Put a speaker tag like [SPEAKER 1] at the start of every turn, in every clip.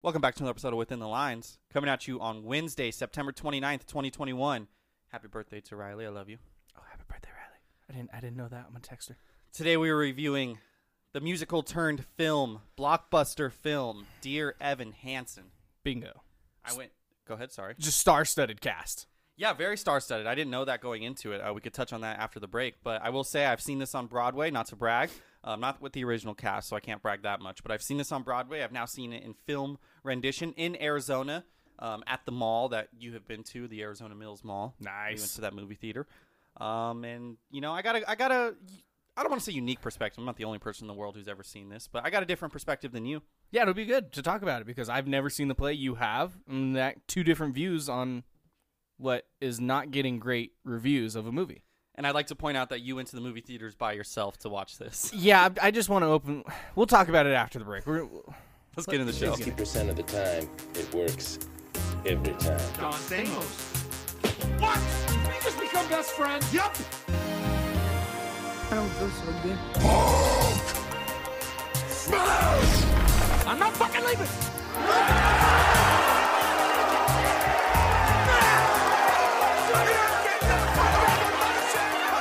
[SPEAKER 1] Welcome back to another episode of Within the Lines, coming at you on Wednesday, September 29th, 2021. Happy birthday to Riley. I love you.
[SPEAKER 2] Oh, happy birthday, Riley. I didn't I didn't know that. I'm gonna text her.
[SPEAKER 1] Today we are reviewing the musical turned film, blockbuster film, Dear Evan Hansen.
[SPEAKER 2] Bingo.
[SPEAKER 1] I went, go ahead, sorry.
[SPEAKER 2] Just star studded cast.
[SPEAKER 1] Yeah, very star studded. I didn't know that going into it. Uh, we could touch on that after the break, but I will say I've seen this on Broadway, not to brag, um, not with the original cast, so I can't brag that much, but I've seen this on Broadway. I've now seen it in film rendition in Arizona um, at the mall that you have been to, the Arizona Mills Mall. We went
[SPEAKER 2] Nice.
[SPEAKER 1] to that movie theater. Um, and, you know, I got to, I got to, I don't want to say unique perspective. I'm not the only person in the world who's ever seen this, but I got a different perspective than you.
[SPEAKER 2] Yeah, it'll be good to talk about it because I've never seen the play you have, and that two different views on what is not getting great reviews of a movie.
[SPEAKER 1] And I'd like to point out that you went to the movie theaters by yourself to watch this.
[SPEAKER 2] Yeah, I I just want to open. We'll talk about it after the break. We're,
[SPEAKER 1] Let's get in the show.
[SPEAKER 3] 50% of the time, it works every time.
[SPEAKER 4] Don Stamos. What? Did we just become best friends? Yep. I'm not fucking leaving.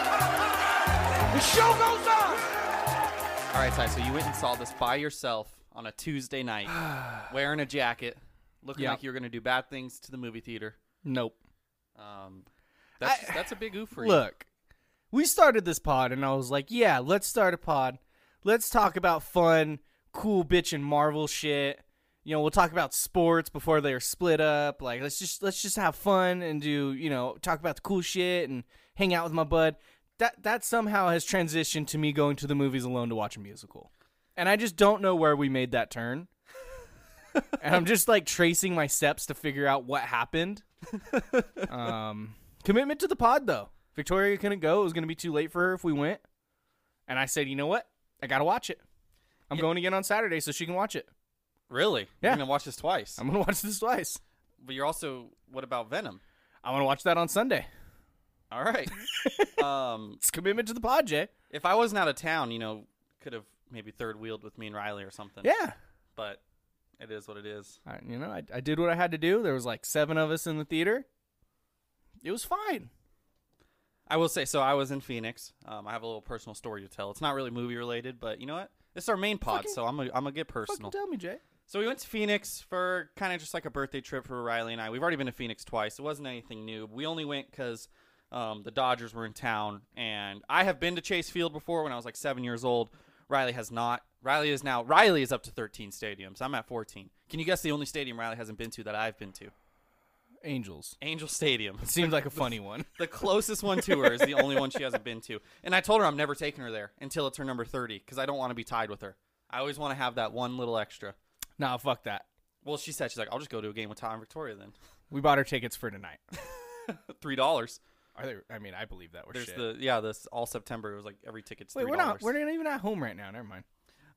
[SPEAKER 4] The show goes on.
[SPEAKER 1] All right, Ty. So you went and saw this by yourself on a Tuesday night, wearing a jacket, looking
[SPEAKER 2] Yeah.
[SPEAKER 1] like you were going to do bad things to the movie theater.
[SPEAKER 2] nope.
[SPEAKER 1] Um, that's that's a big oof for you.
[SPEAKER 2] Look, we started this pod, and I was like, yeah, let's start a pod. Let's talk about fun, cool bitch and Marvel shit. You know, we'll talk about sports before they are split up. Like, let's just let's just have fun and do you know talk about the cool shit and hang out with my bud. That that somehow has transitioned to me going to the movies alone to watch a musical, and I just don't know where we made that turn. and I'm just like tracing my steps to figure out what happened. Um, commitment to the pod though. Victoria couldn't go; it was going to be too late for her if we went. And I said, you know what? I got to watch it. I'm going again on Saturday so she can watch it.
[SPEAKER 1] really?
[SPEAKER 2] Yeah.
[SPEAKER 1] You're going to watch this twice.
[SPEAKER 2] I'm going to watch this twice.
[SPEAKER 1] But you're also what about Venom?
[SPEAKER 2] I want to watch that on Sunday.
[SPEAKER 1] All right. um,
[SPEAKER 2] It's commitment to the pod, Jay.
[SPEAKER 1] if I wasn't out of town, you know, could have maybe third wheeled with me and Riley or something.
[SPEAKER 2] Yeah.
[SPEAKER 1] But it is what it is.
[SPEAKER 2] I, you know, I, I did what I had to do. There was like seven of us in the theater. It was fine.
[SPEAKER 1] I will say, so I was in Phoenix. Um, I have a little personal story to tell. It's not really movie related, but you know what? This is our main pod, so I'm gonna I'm gonna get personal.
[SPEAKER 2] Fucking tell me, Jay.
[SPEAKER 1] So we went to Phoenix for kind of just like a birthday trip for Riley and I. We've already been to Phoenix twice. It wasn't anything new. We only went because um, the Dodgers were in town, and I have been to Chase Field before when I was like seven years old. Riley has not. Riley is now. Riley is up to 13 stadiums. I'm at 14. Can you guess the only stadium Riley hasn't been to that I've been to?
[SPEAKER 2] Angels.
[SPEAKER 1] Angel Stadium.
[SPEAKER 2] It seems like a funny one.
[SPEAKER 1] The closest one to her is the only one she hasn't been to. And I told her I'm never taking her there until it's her number 30 because I don't want to be tied with her. I always want to have that one little extra.
[SPEAKER 2] Nah, fuck that.
[SPEAKER 1] Well, she said she's like, I'll just go to a game with Tom and Victoria then.
[SPEAKER 2] We bought her tickets for tonight.
[SPEAKER 1] three dollars.
[SPEAKER 2] Are they? I mean, I believe that we're
[SPEAKER 1] There's
[SPEAKER 2] shit.
[SPEAKER 1] the yeah this all September it was like every ticket's
[SPEAKER 2] Wait,
[SPEAKER 1] three
[SPEAKER 2] we're not.
[SPEAKER 1] dollars.
[SPEAKER 2] We're not even at home right now. Never mind.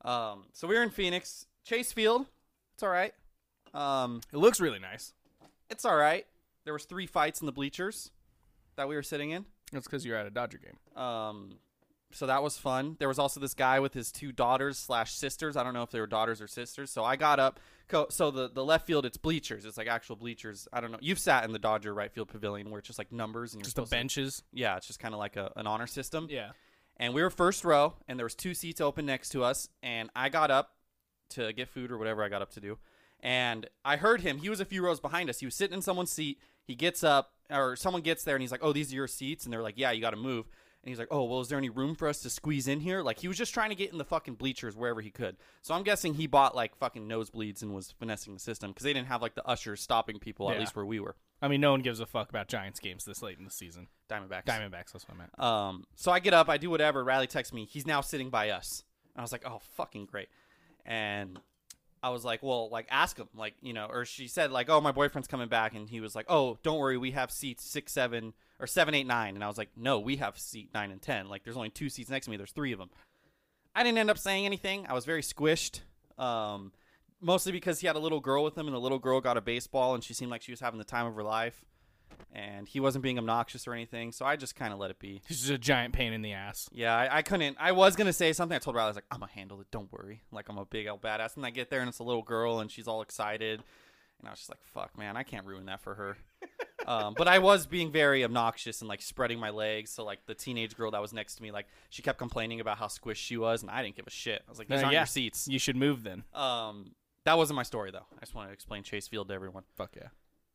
[SPEAKER 1] Um, so we were in Phoenix, Chase Field. It's all right. Um,
[SPEAKER 2] It looks really nice.
[SPEAKER 1] it's all right. There was three fights in the bleachers that we were sitting in.
[SPEAKER 2] That's because you're at a Dodger game.
[SPEAKER 1] Um, so that was fun. There was also this guy with his two daughters slash sisters. I don't know if they were daughters or sisters. So I got up. Co- so the the left field, it's bleachers. It's like actual bleachers. I don't know. You've sat in the Dodger right field pavilion where it's just like numbers and you're
[SPEAKER 2] Just the
[SPEAKER 1] supposed to-
[SPEAKER 2] benches.
[SPEAKER 1] yeah, it's just kind of like a, an honor system.
[SPEAKER 2] Yeah.
[SPEAKER 1] And we were first row, and there was two seats open next to us. And I got up to get food or whatever I got up to do, and I heard him. He was a few rows behind us. He was sitting in someone's seat. He gets up, or someone gets there, and he's like, "Oh, these are your seats." And they're like, "Yeah, you got to move." And he's like, "Oh, well, is there any room for us to squeeze in here?" Like he was just trying to get in the fucking bleachers wherever he could. So I'm guessing he bought like fucking nosebleeds and was finessing the system because they didn't have like the ushers stopping people at
[SPEAKER 2] Yeah.
[SPEAKER 1] least where we were.
[SPEAKER 2] I mean, no one gives a fuck about Giants games this late in the season.
[SPEAKER 1] Diamondbacks.
[SPEAKER 2] Diamondbacks, that's what I meant.
[SPEAKER 1] Um, so I get up, I do whatever. Riley texts me. He's now sitting by us. And I was like, oh, fucking great. And I was like, well, like ask him, like you know. Or she said, like, oh, my boyfriend's coming back, and he was like, oh, don't worry, we have seats six, seven, or seven, eight, nine. And I was like, no, we have seat nine and ten. Like, there's only two seats next to me. There's three of them. I didn't end up saying anything. I was very squished. Um, mostly because he had a little girl with him, and the little girl got a baseball, and she seemed like she was having the time of her life. And he wasn't being obnoxious or anything, so I just kind of let it be.
[SPEAKER 2] He's just a giant pain in the ass.
[SPEAKER 1] Yeah, I, I couldn't. I was gonna say something. I told Riley, I was like, "I'm gonna handle it. Don't worry. Like, I'm a big old badass." And I get there, and it's a little girl, and she's all excited, and I was just like, "Fuck, man, I can't ruin that for her." um, but I was being very obnoxious and like spreading my legs. So like the teenage girl that was next to me, like she kept complaining about how squished she was, and I didn't give a shit. I was like, "These
[SPEAKER 2] Uh,
[SPEAKER 1] aren't
[SPEAKER 2] yeah.
[SPEAKER 1] your seats."
[SPEAKER 2] You should move then.
[SPEAKER 1] Um, that wasn't my story though. I just wanted to explain Chase Field to everyone.
[SPEAKER 2] Fuck yeah.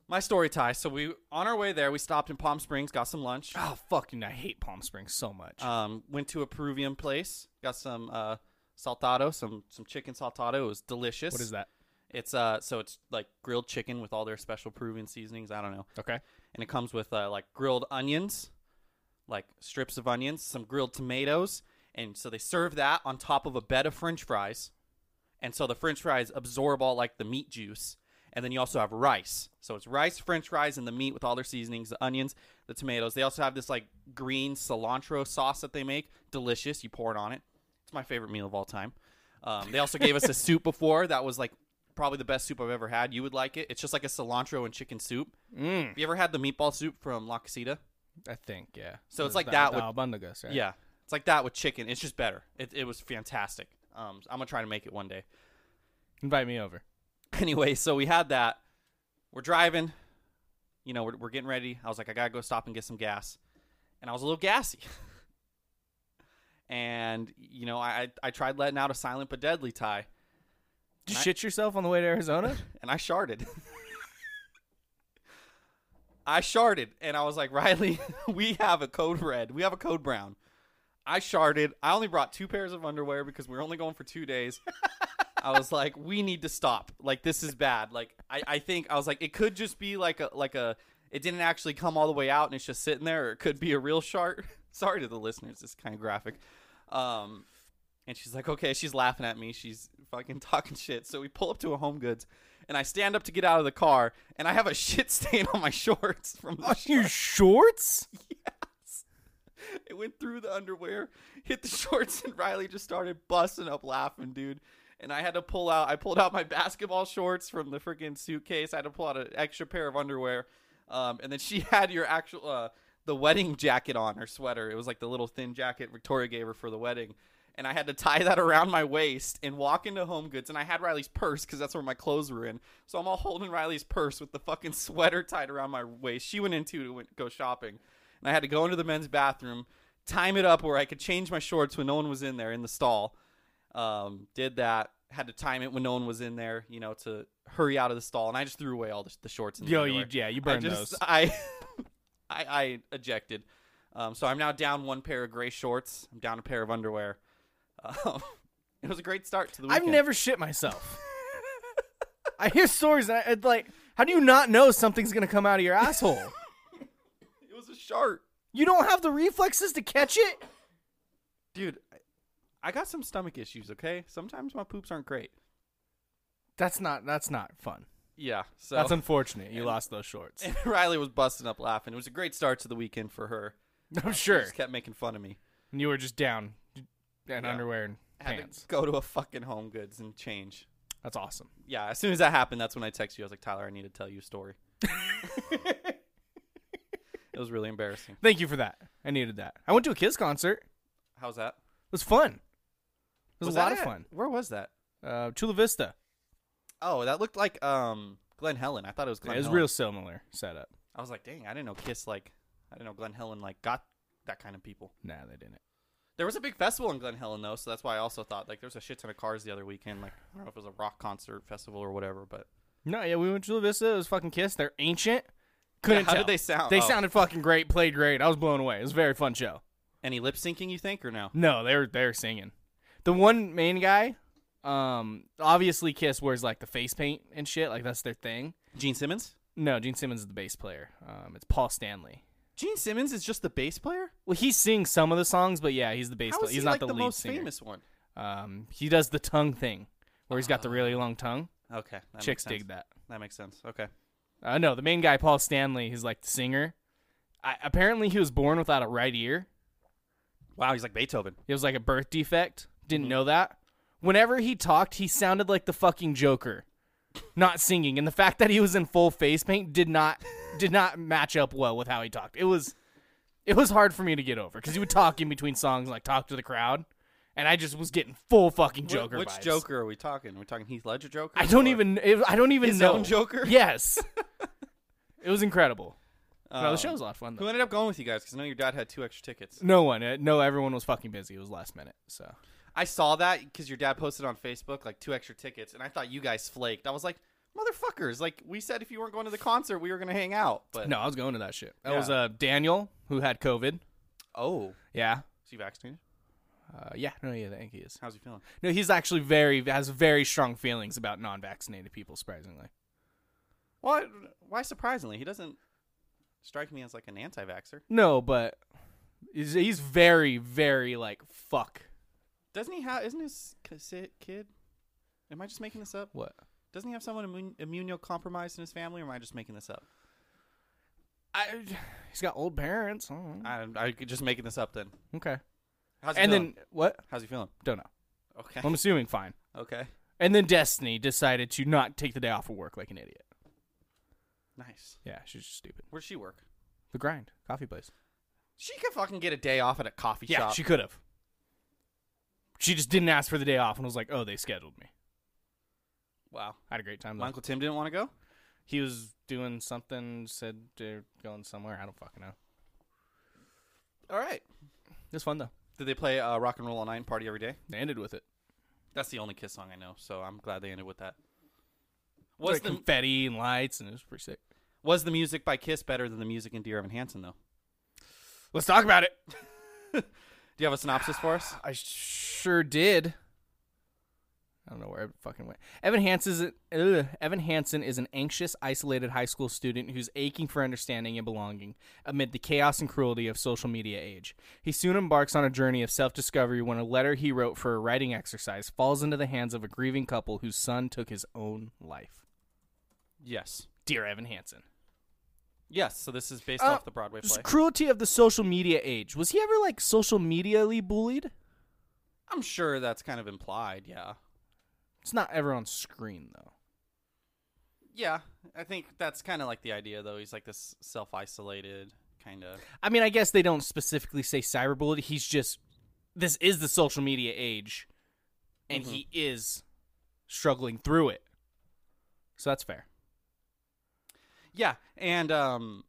[SPEAKER 1] My story, Ty. So we on our way there, we stopped in Palm Springs, got some lunch.
[SPEAKER 2] Oh, fucking, I hate Palm Springs so much.
[SPEAKER 1] Um, went to a Peruvian place, got some uh, saltado, some some chicken saltado. It was delicious.
[SPEAKER 2] what is that?
[SPEAKER 1] It's uh, so it's like grilled chicken with all their special Peruvian seasonings. I don't know,
[SPEAKER 2] Okay.
[SPEAKER 1] and it comes with uh, like grilled onions, like strips of onions, some grilled tomatoes, and so they serve that on top of a bed of French fries, and so the French fries absorb all like the meat juice. And then you also have rice. So it's rice, french fries, and the meat with all their seasonings, the onions, the tomatoes. They also have this like green cilantro sauce that they make. Delicious. You pour it on it. It's my favorite meal of all time. Um, they also gave us a soup before that was like probably the best soup I've ever had. You would like it. It's just like a cilantro and chicken soup. Mm. Have you ever had the meatball soup from La Casita?
[SPEAKER 2] I think, yeah.
[SPEAKER 1] So it's
[SPEAKER 2] Is
[SPEAKER 1] like that
[SPEAKER 2] the
[SPEAKER 1] with-
[SPEAKER 2] Albundagas, right?
[SPEAKER 1] Yeah, it's like that with chicken. It's just better. It, it was fantastic. Um, I'm gonna try to make it one day.
[SPEAKER 2] Invite me over.
[SPEAKER 1] anyway, so we had that. We're driving. You know, we're, we're getting ready. I was like, I gotta go stop and get some gas, and I was a little gassy. and you know, I I I tried letting out a silent but deadly tie,
[SPEAKER 2] Did you
[SPEAKER 1] I-
[SPEAKER 2] shit yourself on the way to Arizona?
[SPEAKER 1] and I sharded. I sharded, and I was like, Riley, we have a code red. We have a code brown. I sharded. I only brought two pairs of underwear because we were only going for two days. I was like, we need to stop. Like this is bad. Like I, I think I was like, it could just be like a like a it didn't actually come all the way out and it's just sitting there, or it could be a real shark. Sorry to the listeners, it's kind of graphic. Um and she's like, okay, she's laughing at me. She's fucking talking shit. So we pull up to a home goods and I stand up to get out of the car and I have a shit stain on my shorts from the
[SPEAKER 2] Your shorts?
[SPEAKER 1] it went through the underwear, hit the shorts, and Riley just started busting up laughing, dude. And I had to pull out. I pulled out my basketball shorts from the freaking suitcase. I had to pull out an extra pair of underwear, um, and then she had your actual uh, the wedding jacket on her sweater. It was like the little thin jacket Victoria gave her for the wedding. And I had to tie that around my waist and walk into Home Goods. And I had Riley's purse because that's where my clothes were in. So I'm all holding Riley's purse with the fucking sweater tied around my waist. She went in too to went, go shopping and I had to go into the men's bathroom, time it up where I could change my shorts when no one was in there in the stall. Um, did that. Had to time it when no one was in there, you know, to hurry out of the stall, and I just threw away all the, the shorts. And the
[SPEAKER 2] Yo, you-
[SPEAKER 1] underwear.
[SPEAKER 2] yeah, you burned
[SPEAKER 1] I just,
[SPEAKER 2] those.
[SPEAKER 1] I, I, I ejected. Um, so I'm now down one pair of gray shorts. I'm down a pair of underwear. Um, it was a great start to the
[SPEAKER 2] I've
[SPEAKER 1] weekend.
[SPEAKER 2] never shit myself. I hear stories and I, it's like, how do you not know something's going to come out of your asshole?
[SPEAKER 1] It was a shark,
[SPEAKER 2] you don't have the reflexes to catch it?
[SPEAKER 1] dude. I- I got some stomach issues. Okay, sometimes my poops aren't great.
[SPEAKER 2] That's not that's not fun.
[SPEAKER 1] Yeah, so
[SPEAKER 2] That's unfortunate. You lost those shorts.
[SPEAKER 1] And Riley was busting up laughing. It was a great start to the weekend for her.
[SPEAKER 2] I'm sure.
[SPEAKER 1] She just kept making fun of me.
[SPEAKER 2] And you were just down and underwear and
[SPEAKER 1] I had
[SPEAKER 2] pants.
[SPEAKER 1] to go to a fucking Home Goods and change.
[SPEAKER 2] That's awesome.
[SPEAKER 1] Yeah, as soon as that happened, that's when I texted you. I was like, Tyler, I need to tell you a story. It was really embarrassing.
[SPEAKER 2] Thank you for that. I needed that. I went to a Kiss concert. It
[SPEAKER 1] How's that?
[SPEAKER 2] was fun. It was, a
[SPEAKER 1] that
[SPEAKER 2] lot of
[SPEAKER 1] at-
[SPEAKER 2] fun.
[SPEAKER 1] Where was that?
[SPEAKER 2] Uh, Chula Vista.
[SPEAKER 1] Oh, that looked like um Glenn Helen. I thought it was Glenn
[SPEAKER 2] it was
[SPEAKER 1] Helen.
[SPEAKER 2] real similar setup.
[SPEAKER 1] I was like, dang, I didn't know Kiss like I didn't know Glenn Helen like got that kind of people.
[SPEAKER 2] Nah, they didn't.
[SPEAKER 1] There was a big festival in Glen Helen though, so that's why I also thought like there was a shit ton of cars the other weekend. Like I don't know if it was a rock concert festival or whatever, but
[SPEAKER 2] No, yeah, we went to Chula Vista. It was fucking Kiss. They're ancient. Couldn't
[SPEAKER 1] how
[SPEAKER 2] tell.
[SPEAKER 1] did they sound?
[SPEAKER 2] They
[SPEAKER 1] Oh.
[SPEAKER 2] sounded fucking great. Played great. I was blown away. It was a very fun show.
[SPEAKER 1] any lip syncing you think or no?
[SPEAKER 2] No, they were they were singing. The one main guy, um, obviously Kiss wears like the face paint and shit. Like that's their thing.
[SPEAKER 1] Gene Simmons?
[SPEAKER 2] No, Gene Simmons is the bass player. Um, it's Paul Stanley.
[SPEAKER 1] Gene Simmons is just the bass player?
[SPEAKER 2] Well, he sings some of the songs, but yeah, he's the bass.
[SPEAKER 1] How
[SPEAKER 2] player.
[SPEAKER 1] is
[SPEAKER 2] he's
[SPEAKER 1] he
[SPEAKER 2] not
[SPEAKER 1] like the,
[SPEAKER 2] lead
[SPEAKER 1] most
[SPEAKER 2] singer.
[SPEAKER 1] famous one?
[SPEAKER 2] Um, he does the tongue thing, where he's got the really long tongue.
[SPEAKER 1] Okay. Ah, that
[SPEAKER 2] Chicks
[SPEAKER 1] makes sense.
[SPEAKER 2] dig that.
[SPEAKER 1] That makes sense. Okay.
[SPEAKER 2] Uh, no, the main guy, Paul Stanley, he's like the singer. I, apparently, he was born without a right ear.
[SPEAKER 1] Wow, he's like Beethoven.
[SPEAKER 2] It was like a birth defect. Didn't
[SPEAKER 1] Mm-hmm.
[SPEAKER 2] know that. Whenever he talked, he sounded like the fucking Joker, not singing. And the fact that he was in full face paint did not did not match up well with how he talked. It was it was hard for me to get over because he would talk in between songs, like talk to the crowd, and I just was getting full fucking Joker.
[SPEAKER 1] Which
[SPEAKER 2] vibes.
[SPEAKER 1] Joker are we talking? Are we talking Heath Ledger Joker?
[SPEAKER 2] I don't
[SPEAKER 1] or-
[SPEAKER 2] even. It, I don't even
[SPEAKER 1] His
[SPEAKER 2] know.
[SPEAKER 1] own Joker?
[SPEAKER 2] Yes. it was incredible. no,
[SPEAKER 1] Um,
[SPEAKER 2] the show was a lot of fun
[SPEAKER 1] Who
[SPEAKER 2] though.
[SPEAKER 1] ended up going with you guys? Because I know your dad had two extra tickets.
[SPEAKER 2] No one. uh, No, everyone was fucking busy. It was last minute. So
[SPEAKER 1] I saw that because your dad posted on Facebook like two extra tickets, and I thought you guys flaked. I was like, motherfuckers! Like we said, if you weren't going to the concert, we were gonna hang out. But
[SPEAKER 2] no, I was going to that shit. That
[SPEAKER 1] Yeah.
[SPEAKER 2] was uh Daniel who had COVID.
[SPEAKER 1] Oh,
[SPEAKER 2] Yeah.
[SPEAKER 1] is he vaccinated?
[SPEAKER 2] Uh, yeah. No, yeah, I think he is.
[SPEAKER 1] How's he feeling?
[SPEAKER 2] No, he's actually very has very strong feelings about non-vaccinated people. Surprisingly,
[SPEAKER 1] Why? Why surprisingly, he doesn't strike me as like an anti-vaxer.
[SPEAKER 2] no, but he's, he's very, very like fuck.
[SPEAKER 1] Doesn't he have? Isn't his ki- si- kid? Am I just making this up?
[SPEAKER 2] What?
[SPEAKER 1] Doesn't he have someone immun- immunocompromised in his family, or am I just making this up?
[SPEAKER 2] I, he's got old parents. I don't know.
[SPEAKER 1] I, I could just making this up then.
[SPEAKER 2] Okay.
[SPEAKER 1] How's he
[SPEAKER 2] And
[SPEAKER 1] feeling?
[SPEAKER 2] then what?
[SPEAKER 1] how's he feeling?
[SPEAKER 2] Don't know.
[SPEAKER 1] Okay.
[SPEAKER 2] I'm assuming fine.
[SPEAKER 1] okay.
[SPEAKER 2] And then Destiny decided to not take the day off of work like an idiot.
[SPEAKER 1] Nice.
[SPEAKER 2] Yeah, she's just stupid.
[SPEAKER 1] Where'd she work?
[SPEAKER 2] The grind, coffee place.
[SPEAKER 1] She could fucking get a day off at a coffee
[SPEAKER 2] Yeah,
[SPEAKER 1] shop.
[SPEAKER 2] she could have. She just didn't ask for the day off and was like, "Oh, they scheduled me."
[SPEAKER 1] Wow.
[SPEAKER 2] I had a great time.
[SPEAKER 1] My
[SPEAKER 2] Though.
[SPEAKER 1] Uncle Tim didn't want to go?
[SPEAKER 2] He was doing something. Said they're going somewhere. I don't fucking know.
[SPEAKER 1] All right.
[SPEAKER 2] It was fun though.
[SPEAKER 1] Did they play uh, Rock and Roll All Night and Party Every Day?
[SPEAKER 2] They ended with it.
[SPEAKER 1] That's the only Kiss song I know, so I'm glad they ended with that.
[SPEAKER 2] Was
[SPEAKER 1] Was the,
[SPEAKER 2] confetti and lights, and it was pretty sick.
[SPEAKER 1] was the music by Kiss better than the music in Dear Evan Hansen, though?
[SPEAKER 2] Let's talk about it.
[SPEAKER 1] Do you have a synopsis for us?
[SPEAKER 2] I sure did. I don't know where I fucking went. Evan Hansen is ugh. Evan Hansen is an anxious, isolated high school student who's aching for understanding and belonging amid the chaos and cruelty of social media age. He soon embarks on a journey of self-discovery when a letter he wrote for a writing exercise falls into the hands of a grieving couple whose son took his own life.
[SPEAKER 1] Yes.
[SPEAKER 2] Dear Evan Hansen.
[SPEAKER 1] Yes, so this is based
[SPEAKER 2] Uh,
[SPEAKER 1] off the Broadway
[SPEAKER 2] Just
[SPEAKER 1] play.
[SPEAKER 2] cruelty of the social media age. Was he ever like social medially bullied?
[SPEAKER 1] I'm sure that's kind of implied, yeah.
[SPEAKER 2] It's not ever on screen though.
[SPEAKER 1] Yeah, I think that's kind of like the idea, though. He's like this self isolated kind of.
[SPEAKER 2] I mean, I guess they don't specifically say cyberbullied. He's just this is the social media age, and he is struggling through it. So that's fair.
[SPEAKER 1] Yeah, and um,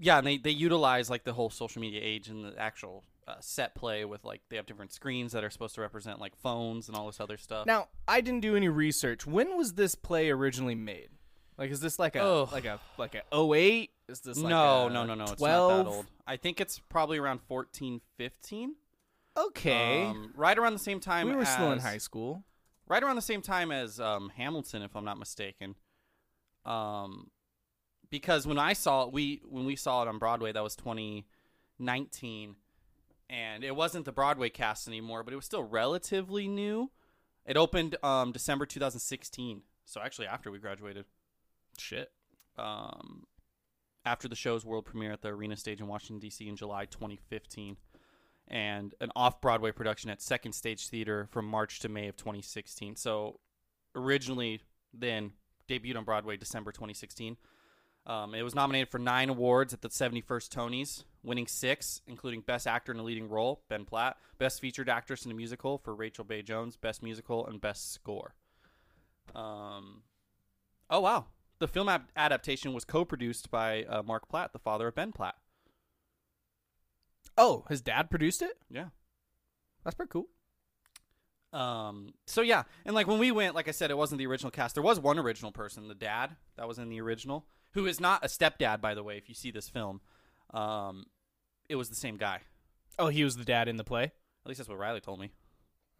[SPEAKER 1] yeah, and they they utilize like the whole social media age and the actual uh, set play with like they have different screens that are supposed to represent like phones and all this other stuff.
[SPEAKER 2] Now, I didn't do any research. When was this play originally made? Like, is this like a
[SPEAKER 1] Oh.
[SPEAKER 2] like a like a 08? Is this like
[SPEAKER 1] no,
[SPEAKER 2] a
[SPEAKER 1] no, no, no, it's not
[SPEAKER 2] 12?
[SPEAKER 1] that old. I think it's probably around fourteen, fifteen.
[SPEAKER 2] Okay,
[SPEAKER 1] Um, right around the same time.
[SPEAKER 2] we were still in
[SPEAKER 1] as-
[SPEAKER 2] high school.
[SPEAKER 1] Right around the same time as um, Hamilton, if I'm not mistaken. Um, because when I saw it, we when we saw it on Broadway, that was 2019, and it wasn't the Broadway cast anymore, but it was still relatively new. It opened um, December 2016, so actually after we graduated. Shit. Um, after the show's world premiere at the Arena Stage in Washington D.C. in July 2015, and an off-Broadway production at Second Stage Theater from March to May of 2016. So originally then debuted on Broadway December 2016. Um, it was nominated for nine awards at the 71st Tonys, winning six, including Best Actor in a Leading Role, Ben Platt, Best Featured Actress in a Musical for Rachel Bay Jones, Best Musical, and Best Score. Um, oh, wow. The film ad- adaptation was co produced by uh, Mark Platt, the father of Ben Platt.
[SPEAKER 2] Oh, his dad produced it.
[SPEAKER 1] Yeah.
[SPEAKER 2] That's pretty cool.
[SPEAKER 1] Um, so yeah, and like when we went, like I said, it wasn't the original cast. There was one original person, the dad that was in the original, who is not a stepdad, by the way. If you see this film, um, it was the same guy.
[SPEAKER 2] Oh, he was the dad in the play.
[SPEAKER 1] At least that's what Riley told me.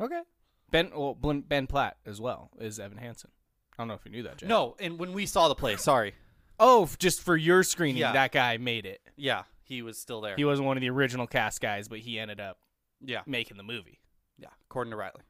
[SPEAKER 2] Okay. Ben, well, Ben Ben Platt as well is Evan Hansen. I don't know if you knew that, Jay.
[SPEAKER 1] No, and when we saw the play, sorry,
[SPEAKER 2] Oh, f- just for your screening,
[SPEAKER 1] Yeah.
[SPEAKER 2] that guy made it.
[SPEAKER 1] yeah, he was still there.
[SPEAKER 2] He wasn't one of the original cast guys, but he ended up
[SPEAKER 1] yeah,
[SPEAKER 2] making the movie.
[SPEAKER 1] yeah, according to Riley.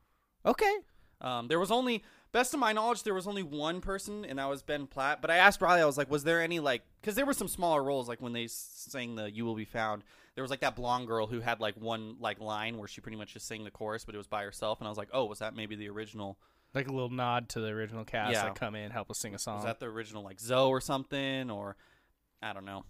[SPEAKER 2] Okay.
[SPEAKER 1] Um, there was only, best of my knowledge, there was only one person, and that was Ben Platt. But I asked Riley, I was like, was there any like, because there were some smaller roles, like when they s- sang the "You Will Be Found." There was like that blonde girl who had like one like line where she pretty much just sang the chorus, but it was by herself. And I was like, oh, was that maybe the original?
[SPEAKER 2] Like a little nod to the original cast
[SPEAKER 1] Yeah.
[SPEAKER 2] like come in, help us sing a song.
[SPEAKER 1] Was that the original like Zoe or something? Or I don't know.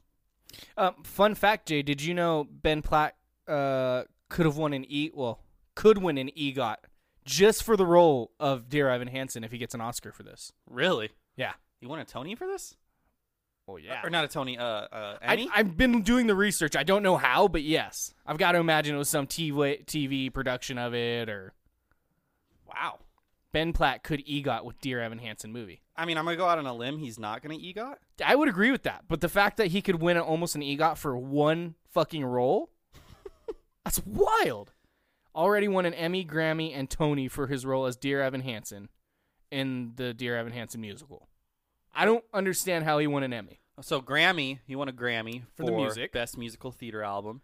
[SPEAKER 2] um, fun fact, Jay, did you know Ben Platt uh, could have won an E well, could win an E EGOT just for the role of Dear Evan Hansen if he gets an Oscar for this?
[SPEAKER 1] Really?
[SPEAKER 2] Yeah.
[SPEAKER 1] You won a Tony for this?
[SPEAKER 2] Oh yeah.
[SPEAKER 1] Or not a Tony? Uh, uh,
[SPEAKER 2] I,
[SPEAKER 1] Emmy?
[SPEAKER 2] I've been doing the research. I don't know how, but yes, I've got to imagine it was some TV, TV production of it, or
[SPEAKER 1] wow.
[SPEAKER 2] Ben Platt could EGOT with Dear Evan Hansen movie.
[SPEAKER 1] I mean, I'm gonna go out on a limb. He's not gonna EGOT.
[SPEAKER 2] I would agree with that, but the fact that he could win a- almost an EGOT for one fucking role, that's wild. Already won an Emmy, Grammy, and Tony for his role as Dear Evan Hansen in the Dear Evan Hansen musical. I don't understand how he won an Emmy.
[SPEAKER 1] So Grammy, he won a Grammy
[SPEAKER 2] For the music.
[SPEAKER 1] best musical theater album.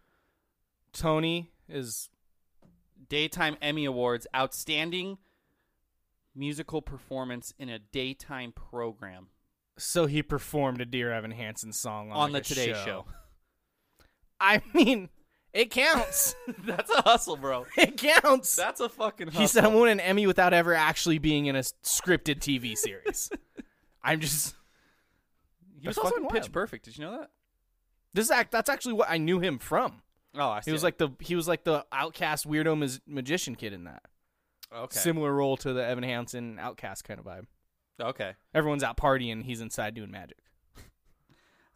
[SPEAKER 2] Tony is
[SPEAKER 1] Daytime Emmy Awards Outstanding Musical Performance in a Daytime Program
[SPEAKER 2] so he performed a Dear Evan Hansen song on,
[SPEAKER 1] on, the
[SPEAKER 2] like, a
[SPEAKER 1] Today Show.
[SPEAKER 2] I mean, it counts.
[SPEAKER 1] That's a hustle, bro.
[SPEAKER 2] it counts.
[SPEAKER 1] That's a fucking hustle.
[SPEAKER 2] he said, "I won an Emmy without ever actually being in a s- scripted TV series." I'm just
[SPEAKER 1] he was
[SPEAKER 2] That's
[SPEAKER 1] also in
[SPEAKER 2] fucking
[SPEAKER 1] Pitch
[SPEAKER 2] wild.
[SPEAKER 1] Perfect. Did you know that?
[SPEAKER 2] this act. That's actually what I knew him from.
[SPEAKER 1] Oh, I see.
[SPEAKER 2] He was
[SPEAKER 1] it.
[SPEAKER 2] like the he was like the outcast weirdo mas- magician kid in that
[SPEAKER 1] okay,
[SPEAKER 2] similar role to the Evan Hansen outcast kind of vibe.
[SPEAKER 1] okay.
[SPEAKER 2] Everyone's out partying, he's inside doing magic.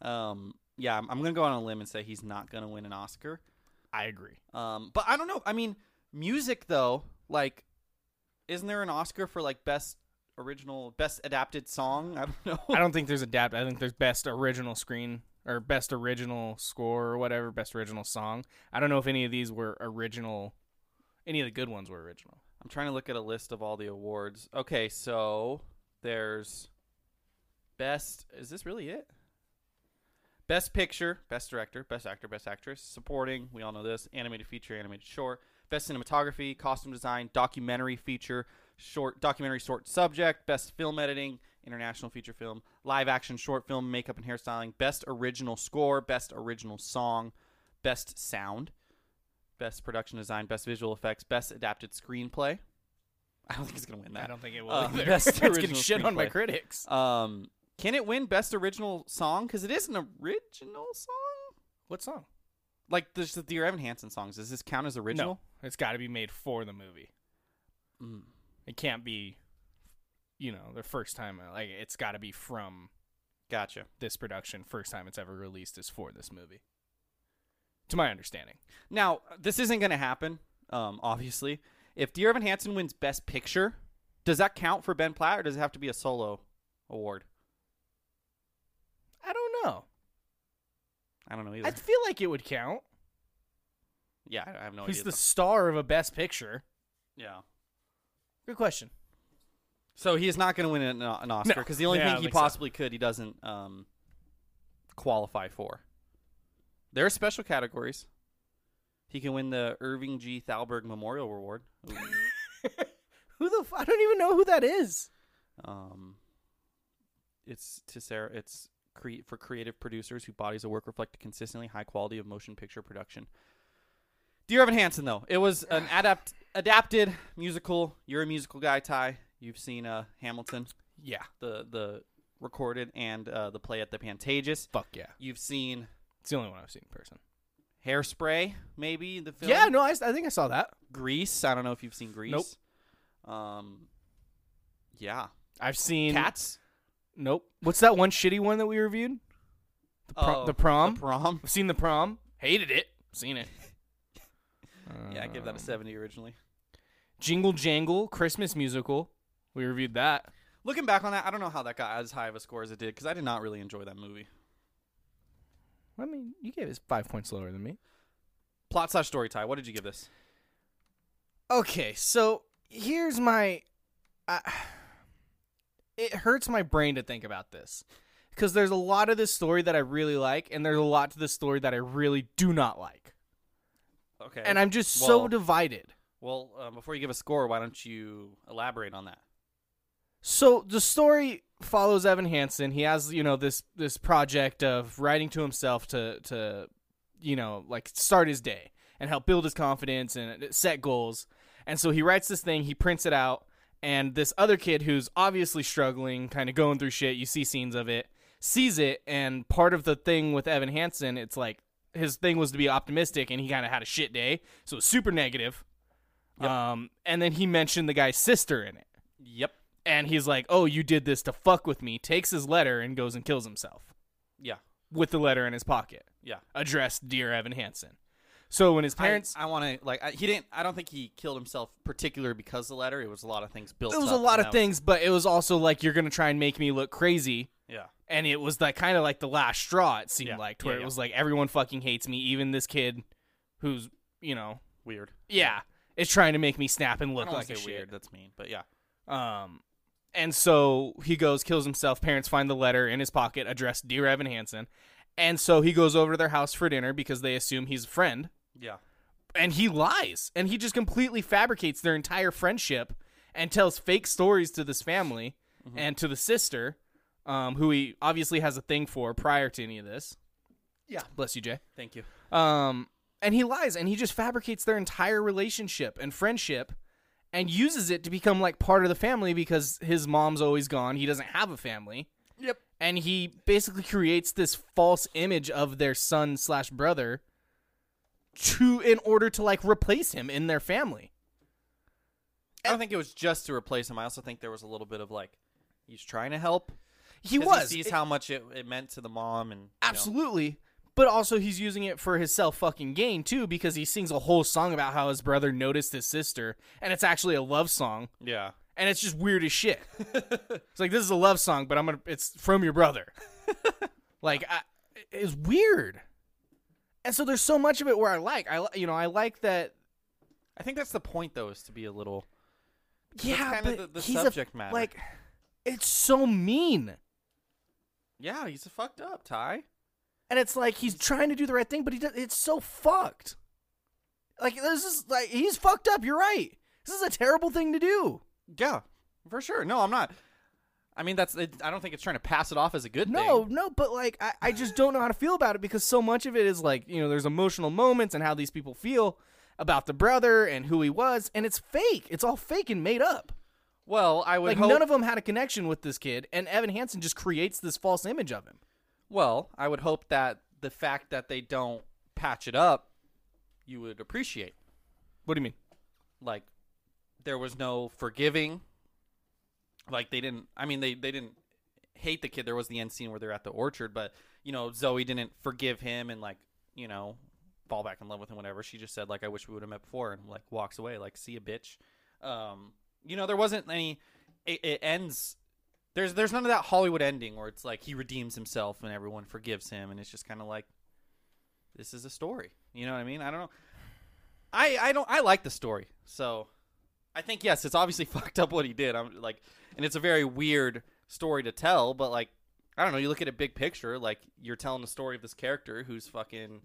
[SPEAKER 1] Um, yeah, I'm, I'm gonna go on a limb and say he's not gonna win an Oscar.
[SPEAKER 2] I agree.
[SPEAKER 1] Um, but I don't know. I mean, music though, like, isn't there an Oscar for like best original, best adapted song? I don't know.
[SPEAKER 2] I don't think there's adapt. I think there's best original screen or best original score or whatever, best original song. I don't know if any of these were original. Any of the good ones were original.
[SPEAKER 1] I'm trying to look at a list of all the awards. Okay, so there's best. Is this really it? Best picture, best director, best actor, best actress, supporting. We all know this: animated feature, animated short, best cinematography, costume design, documentary feature, short documentary short subject, best film editing, international feature film, live action short film, makeup and hairstyling, best original score, best original song, best sound best production design, best visual effects, best adapted screenplay. I don't think it's gonna win that.
[SPEAKER 2] I don't think it will.
[SPEAKER 1] Uh,
[SPEAKER 2] either.
[SPEAKER 1] best
[SPEAKER 2] That's getting
[SPEAKER 1] original
[SPEAKER 2] shit on by
[SPEAKER 1] screenplay.
[SPEAKER 2] critics.
[SPEAKER 1] Um, can it win best original song? Because it is an original song.
[SPEAKER 2] What song?
[SPEAKER 1] Like the, the Dear Evan Hansen songs. Does this count as original?
[SPEAKER 2] No, it's got to be made for the movie.
[SPEAKER 1] Mm.
[SPEAKER 2] It can't be, you know, the first time. uh, Like it's got to be from
[SPEAKER 1] Gotcha.
[SPEAKER 2] this production. First time it's ever released is for this movie. To my understanding,
[SPEAKER 1] Now this isn't gonna happen. Um, obviously, if Dear Evan Hansen wins Best Picture, does that count for Ben Platt, or does it have to be a solo award?
[SPEAKER 2] I don't know.
[SPEAKER 1] I don't know either.
[SPEAKER 2] I feel like it would count.
[SPEAKER 1] yeah, I I have no
[SPEAKER 2] He's
[SPEAKER 1] idea.
[SPEAKER 2] the star of a Best Picture.
[SPEAKER 1] yeah.
[SPEAKER 2] Good question.
[SPEAKER 1] So he is not going to win an, uh, an Oscar because the only
[SPEAKER 2] Yeah, I
[SPEAKER 1] thing
[SPEAKER 2] don't
[SPEAKER 1] he
[SPEAKER 2] think so.
[SPEAKER 1] possibly could he doesn't um, qualify for. There are special categories. He can win the Irving G. Thalberg Memorial Award. Ooh.
[SPEAKER 2] Who the? F- I don't even know who that is.
[SPEAKER 1] um, it's to Sarah. It's cre- for creative producers whose bodies of work reflect a consistently high quality of motion picture production. Dear Evan Hansen, though, it was an adapt adapted musical. You're a musical guy, Ty. You've seen uh, Hamilton.
[SPEAKER 2] Yeah.
[SPEAKER 1] the the recorded and uh, the play at the Pantages.
[SPEAKER 2] Fuck yeah.
[SPEAKER 1] You've seen
[SPEAKER 2] It's the only one I've seen in person.
[SPEAKER 1] Hairspray, maybe the film.
[SPEAKER 2] Yeah, no, I, s- I think I saw that.
[SPEAKER 1] Grease. I don't know if you've seen Grease. Nope. Um, yeah.
[SPEAKER 2] I've seen
[SPEAKER 1] Cats.
[SPEAKER 2] Nope. What's that one shitty one that we reviewed? The, pro-
[SPEAKER 1] Oh,
[SPEAKER 2] the prom.
[SPEAKER 1] The prom.
[SPEAKER 2] I've seen the prom. Hated it. Seen it.
[SPEAKER 1] yeah, I gave that a seventy originally.
[SPEAKER 2] Jingle Jangle Christmas musical. We reviewed that.
[SPEAKER 1] Looking back on that, I don't know how that got as high of a score as it did because I did not really enjoy that movie.
[SPEAKER 2] I mean, you gave it five points lower than me.
[SPEAKER 1] Plot slash story tie. What did you give this?
[SPEAKER 2] Okay, so here's my. I it hurts my brain to think about this because there's a lot of this story that I really like, and there's a lot to this story that I really do not like,
[SPEAKER 1] Okay.
[SPEAKER 2] and I'm just so
[SPEAKER 1] Well-
[SPEAKER 2] divided.
[SPEAKER 1] Well, uh, before you give a score, why don't you elaborate on that?
[SPEAKER 2] So the story follows Evan Hansen. He has you know this this project of writing to himself to to you know like start his day and help build his confidence and set goals. And so he writes this thing. He prints it out, and this other kid who's obviously struggling, kind of going through shit. You see scenes of it. Sees it, and part of the thing with Evan Hansen, it's like his thing was to be optimistic, and he kind of had a shit day, so it's super negative. Um, and then he mentioned the guy's sister in it
[SPEAKER 1] Yep.
[SPEAKER 2] and he's like, "Oh, you did this to fuck with me." Takes his letter and goes and kills himself
[SPEAKER 1] Yeah.
[SPEAKER 2] with the letter in his pocket,
[SPEAKER 1] Yeah.
[SPEAKER 2] addressed "Dear Evan Hansen." So when his parents,
[SPEAKER 1] I, I want to like I, he didn't. I don't think he killed himself particular because of the letter. It was a lot of things built.
[SPEAKER 2] it was
[SPEAKER 1] up,
[SPEAKER 2] a
[SPEAKER 1] and
[SPEAKER 2] lot of
[SPEAKER 1] that was-
[SPEAKER 2] things, but it was also like you're gonna try and make me look crazy,
[SPEAKER 1] yeah.
[SPEAKER 2] and it was like kind of like the last straw. It seemed
[SPEAKER 1] Yeah,
[SPEAKER 2] like to
[SPEAKER 1] yeah,
[SPEAKER 2] where
[SPEAKER 1] yeah.
[SPEAKER 2] it was like everyone fucking hates me, even this kid, who's you know,
[SPEAKER 1] Weird.
[SPEAKER 2] yeah, is trying to make me snap and
[SPEAKER 1] I
[SPEAKER 2] look
[SPEAKER 1] don't
[SPEAKER 2] like
[SPEAKER 1] want
[SPEAKER 2] a
[SPEAKER 1] to say
[SPEAKER 2] shit.
[SPEAKER 1] weird. That's mean. But yeah.
[SPEAKER 2] Um, and so he goes, kills himself. Parents find the letter in his pocket addressed Dear Evan Hansen. And so he goes over to their house for dinner because they assume he's a friend.
[SPEAKER 1] Yeah.
[SPEAKER 2] And he lies. And he just completely fabricates their entire friendship and tells fake stories to this family and to the sister, um, who he obviously has a thing for prior to any of this.
[SPEAKER 1] Yeah.
[SPEAKER 2] Bless you, Jay.
[SPEAKER 1] Thank you.
[SPEAKER 2] Um, and he lies and he just fabricates their entire relationship and friendship and uses it to become like part of the family because his mom's always gone. He doesn't have a family.
[SPEAKER 1] Yep.
[SPEAKER 2] And he basically creates this false image of their son slash brother to in order to like replace him in their family.
[SPEAKER 1] I don't think it was just to replace him. I also think there was a little bit of like he's trying to help.
[SPEAKER 2] He
[SPEAKER 1] 'Cause
[SPEAKER 2] was
[SPEAKER 1] He sees
[SPEAKER 2] it-
[SPEAKER 1] how much it, it meant to the mom and you know.
[SPEAKER 2] absolutely. But also, he's using it for his self fucking gain too, because he sings a whole song about how his brother noticed his sister, and it's actually a love song.
[SPEAKER 1] yeah.
[SPEAKER 2] and it's just weird as shit. it's like this is a love song, but I'm gonna. It's from your brother. like I, it's weird, and so there's so much of it where I like. I li- you know I like that.
[SPEAKER 1] I think that's the point though, is to be a little.
[SPEAKER 2] Yeah,
[SPEAKER 1] kinda
[SPEAKER 2] but
[SPEAKER 1] the- the
[SPEAKER 2] he's
[SPEAKER 1] subject
[SPEAKER 2] a,
[SPEAKER 1] matter.
[SPEAKER 2] Like it's so mean,
[SPEAKER 1] Yeah, he's fucked up, Ty.
[SPEAKER 2] and it's like he's trying to do the right thing, but he does, it's so fucked. Like this is like he's fucked up. You're right. This is a terrible thing to do.
[SPEAKER 1] Yeah, for sure. No, I'm not. I mean, that's. It, I don't think it's trying to pass it off as a good
[SPEAKER 2] No,
[SPEAKER 1] thing.
[SPEAKER 2] no, but like I, I just don't know how to feel about it because so much of it is like, you know, there's emotional moments and how these people feel about the brother and who he was, and it's fake. It's all fake and made up.
[SPEAKER 1] Well, I would
[SPEAKER 2] Like
[SPEAKER 1] hope.
[SPEAKER 2] none of them had a connection with this kid, and Evan Hansen just creates this false image of him.
[SPEAKER 1] well, I would hope that the fact that they don't patch it up, you would appreciate.
[SPEAKER 2] What do you mean?
[SPEAKER 1] Like, there was no forgiving. Like they didn't. I mean, they they didn't hate the kid. There was the end scene where they're at the orchard, but you know, Zoe didn't forgive him and like you know fall back in love with him. Whatever. She just said like, "I wish we would have met before," and like walks away. Like, see a bitch. Um, you know, there wasn't any. It, it ends. There's there's none of that Hollywood ending where it's like he redeems himself and everyone forgives him, and it's just kind of like this is a story. You know what I mean? I don't know. I I don't I like the story so. I think yes, it's obviously fucked up what he did. I'm like, and it's a very weird story to tell, but like, I don't know. You look at a big picture, like you're telling the story of this character who's fucking,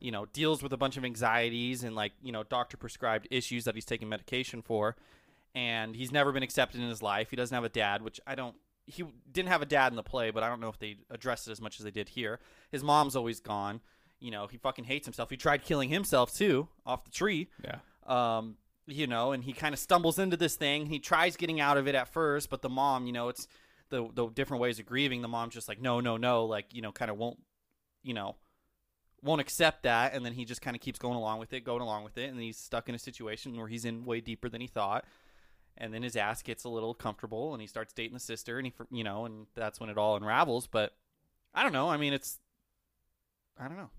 [SPEAKER 1] you know, deals with a bunch of anxieties and like you know doctor prescribed issues that he's taking medication for, and he's never been accepted in his life. He doesn't have a dad, which I don't. He didn't have a dad in the play, but I don't know if they addressed it as much as they did here. His mom's always gone. You know, he fucking hates himself. He tried killing himself too off the tree
[SPEAKER 2] Yeah.
[SPEAKER 1] um, you know, and he kind of stumbles into this thing. He tries getting out of it at first, but the mom, you know, it's the the different ways of grieving, the mom's just like, no, no, no, like you know, kind of won't, you know, won't accept that, and then he just kind of keeps going along with it, going along with it, and he's stuck in a situation where he's in way deeper than he thought, and then his ass gets a little comfortable, and he starts dating the sister, and he, fr- you know, and that's when it all unravels. But I don't know. I mean, it's, I don't know.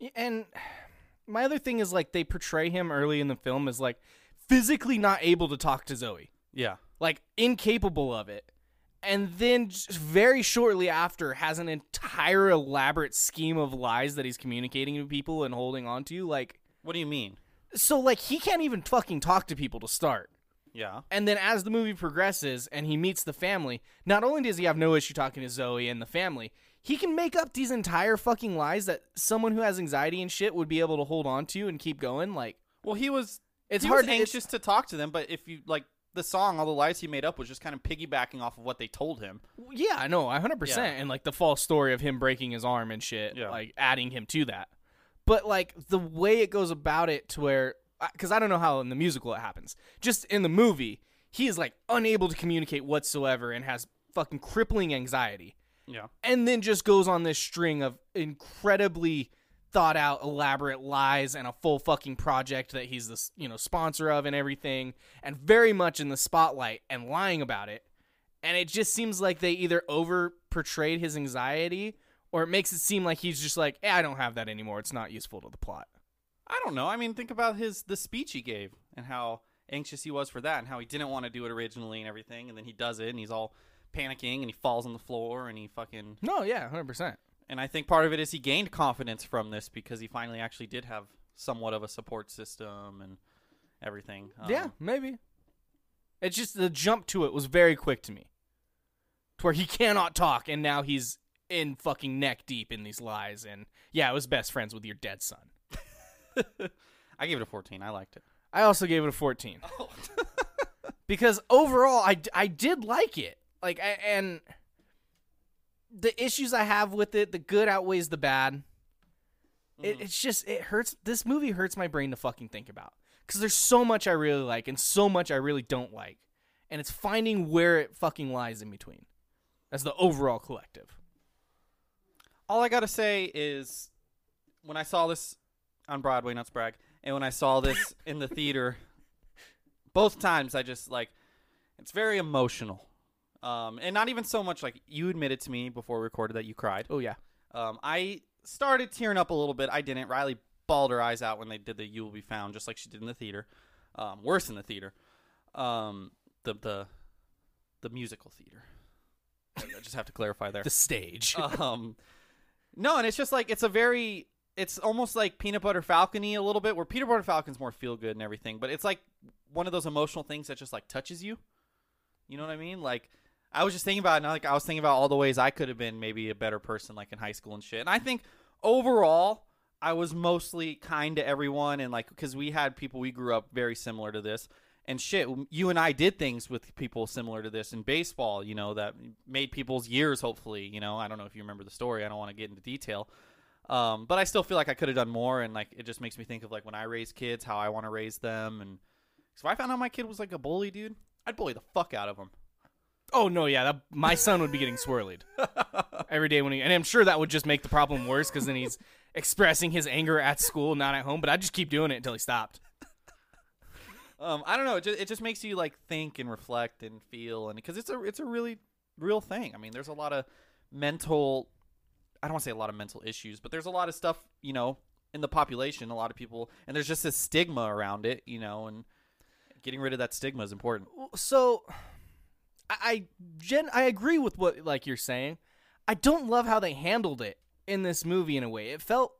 [SPEAKER 2] Y- And my other thing is like they portray him early in the film as like physically not able to talk to Zoe,
[SPEAKER 1] Yeah.
[SPEAKER 2] like incapable of it. And then just very shortly after has an entire elaborate scheme of lies that he's communicating to people and holding on to like
[SPEAKER 1] What do you mean?
[SPEAKER 2] so like he can't even fucking talk to people to start.
[SPEAKER 1] Yeah.
[SPEAKER 2] And then as the movie progresses and he meets the family, not only does he have no issue talking to Zoe and the family, he can make up these entire fucking lies that someone who has anxiety and shit would be able to hold on to and keep going. Like,
[SPEAKER 1] Well, he was.
[SPEAKER 2] It's
[SPEAKER 1] he
[SPEAKER 2] hard
[SPEAKER 1] Was
[SPEAKER 2] to-
[SPEAKER 1] anxious to talk to them, but if you like the song, all the lies he made up was just kind of piggybacking off of what they told him.
[SPEAKER 2] yeah, I know, 100%.
[SPEAKER 1] Yeah.
[SPEAKER 2] And like the false story of him breaking his arm and shit,
[SPEAKER 1] Yeah.
[SPEAKER 2] like adding him to that. But like the way it goes about it to where, because I don't know how in the musical it happens, just in the movie, he is like unable to communicate whatsoever and has fucking crippling anxiety.
[SPEAKER 1] Yeah.
[SPEAKER 2] and then just goes on this string of incredibly thought out elaborate lies and a full fucking project that he's the s- you know sponsor of and everything and very much in the spotlight and lying about it and it just seems like they either over portrayed his anxiety or it makes it seem like he's just like eh, i don't have that anymore it's not useful to the plot
[SPEAKER 1] I don't know. I mean, think about his the speech he gave and how anxious he was for that, and how he didn't want to do it originally and everything, and then he does it, and he's all panicking, and he falls on the floor, and he fucking.
[SPEAKER 2] no yeah 100%
[SPEAKER 1] And I think part of it is he gained confidence from this because he finally actually did have somewhat of a support system and everything. Um,
[SPEAKER 2] yeah maybe it's just the jump to it was very quick to me to where he cannot talk and now he's in fucking neck deep in these lies and yeah i was best friends with your dead son
[SPEAKER 1] I gave it a fourteen. I liked it.
[SPEAKER 2] i also gave it a 14 because overall I, d- I did like it like I, and the issues i have with it the good outweighs the bad it, it's just it hurts this movie hurts my brain to fucking think about because there's so much i really like and so much i really don't like and it's finding where it fucking lies in between as the overall collective
[SPEAKER 1] all I gotta say is when I saw this on Broadway, not to brag, and when I saw this in the theater, both times I just like it's very emotional. Um, and not even so much like you admitted to me before we recorded that you cried.
[SPEAKER 2] oh yeah
[SPEAKER 1] Um, I started tearing up a little bit. I didn't. Riley bawled her eyes out when they did the "You Will Be Found," just like she did in the theater. Um, worse in the theater, um, the the the musical theater. I just have to clarify there
[SPEAKER 2] the stage
[SPEAKER 1] um no and it's just like it's a very it's almost like peanut butter falcony a little bit where peanut butter falcon's more feel good and everything but it's like one of those emotional things that just like touches you you know what i mean like i was just thinking about it and like i was thinking about all the ways i could have been maybe a better person like in high school and shit and i think overall i was mostly kind to everyone and like because we had people we grew up very similar to this and shit you and i did things with people similar to this in baseball you know that made people's years hopefully you know i don't know if you remember the story i don't want to get into detail um, but i still feel like i could have done more and like it just makes me think of like when i raise kids how i want to raise them and so if i found out my kid was like a bully dude i'd bully the fuck out of him
[SPEAKER 2] oh no yeah that, my son would be getting swirled every day when he and i'm sure that would just make the problem worse because then he's expressing his anger at school not at home but i just keep doing it until he stopped
[SPEAKER 1] um, I don't know. It just, it just makes you like think and reflect and feel, and because it's a it's a really real thing. I mean, there's a lot of mental. I don't want to say a lot of mental issues, but there's a lot of stuff you know in the population. A lot of people, and there's just this stigma around it, you know, and getting rid of that stigma is important.
[SPEAKER 2] so I, I gen I agree with what like you're saying. I don't love how they handled it in this movie in a way. It felt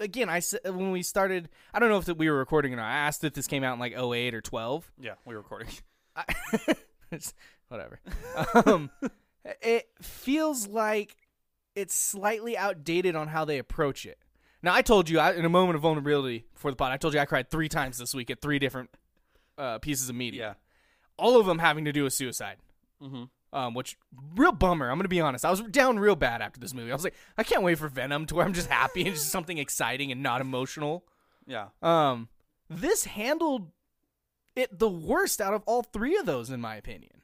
[SPEAKER 2] again, I said when we started, I don't know if that we were recording or not. I asked if this came out in like 08 or 12.
[SPEAKER 1] Yeah, we're recording.
[SPEAKER 2] I, it's- whatever. Um, it feels like it's slightly outdated on how they approach it. Now, I told you I, in a moment of vulnerability before the pod, I told you I cried three times this week at three different uh, pieces of media.
[SPEAKER 1] Yeah,
[SPEAKER 2] All of them having to do with suicide. Mm-hmm. Um, which real bummer. I'm gonna be honest. I was down real bad after this movie. I was like, I can't wait for Venom to where I'm just happy and just something exciting and not emotional.
[SPEAKER 1] yeah.
[SPEAKER 2] Um, this handled it the worst out of all three of those, in my opinion.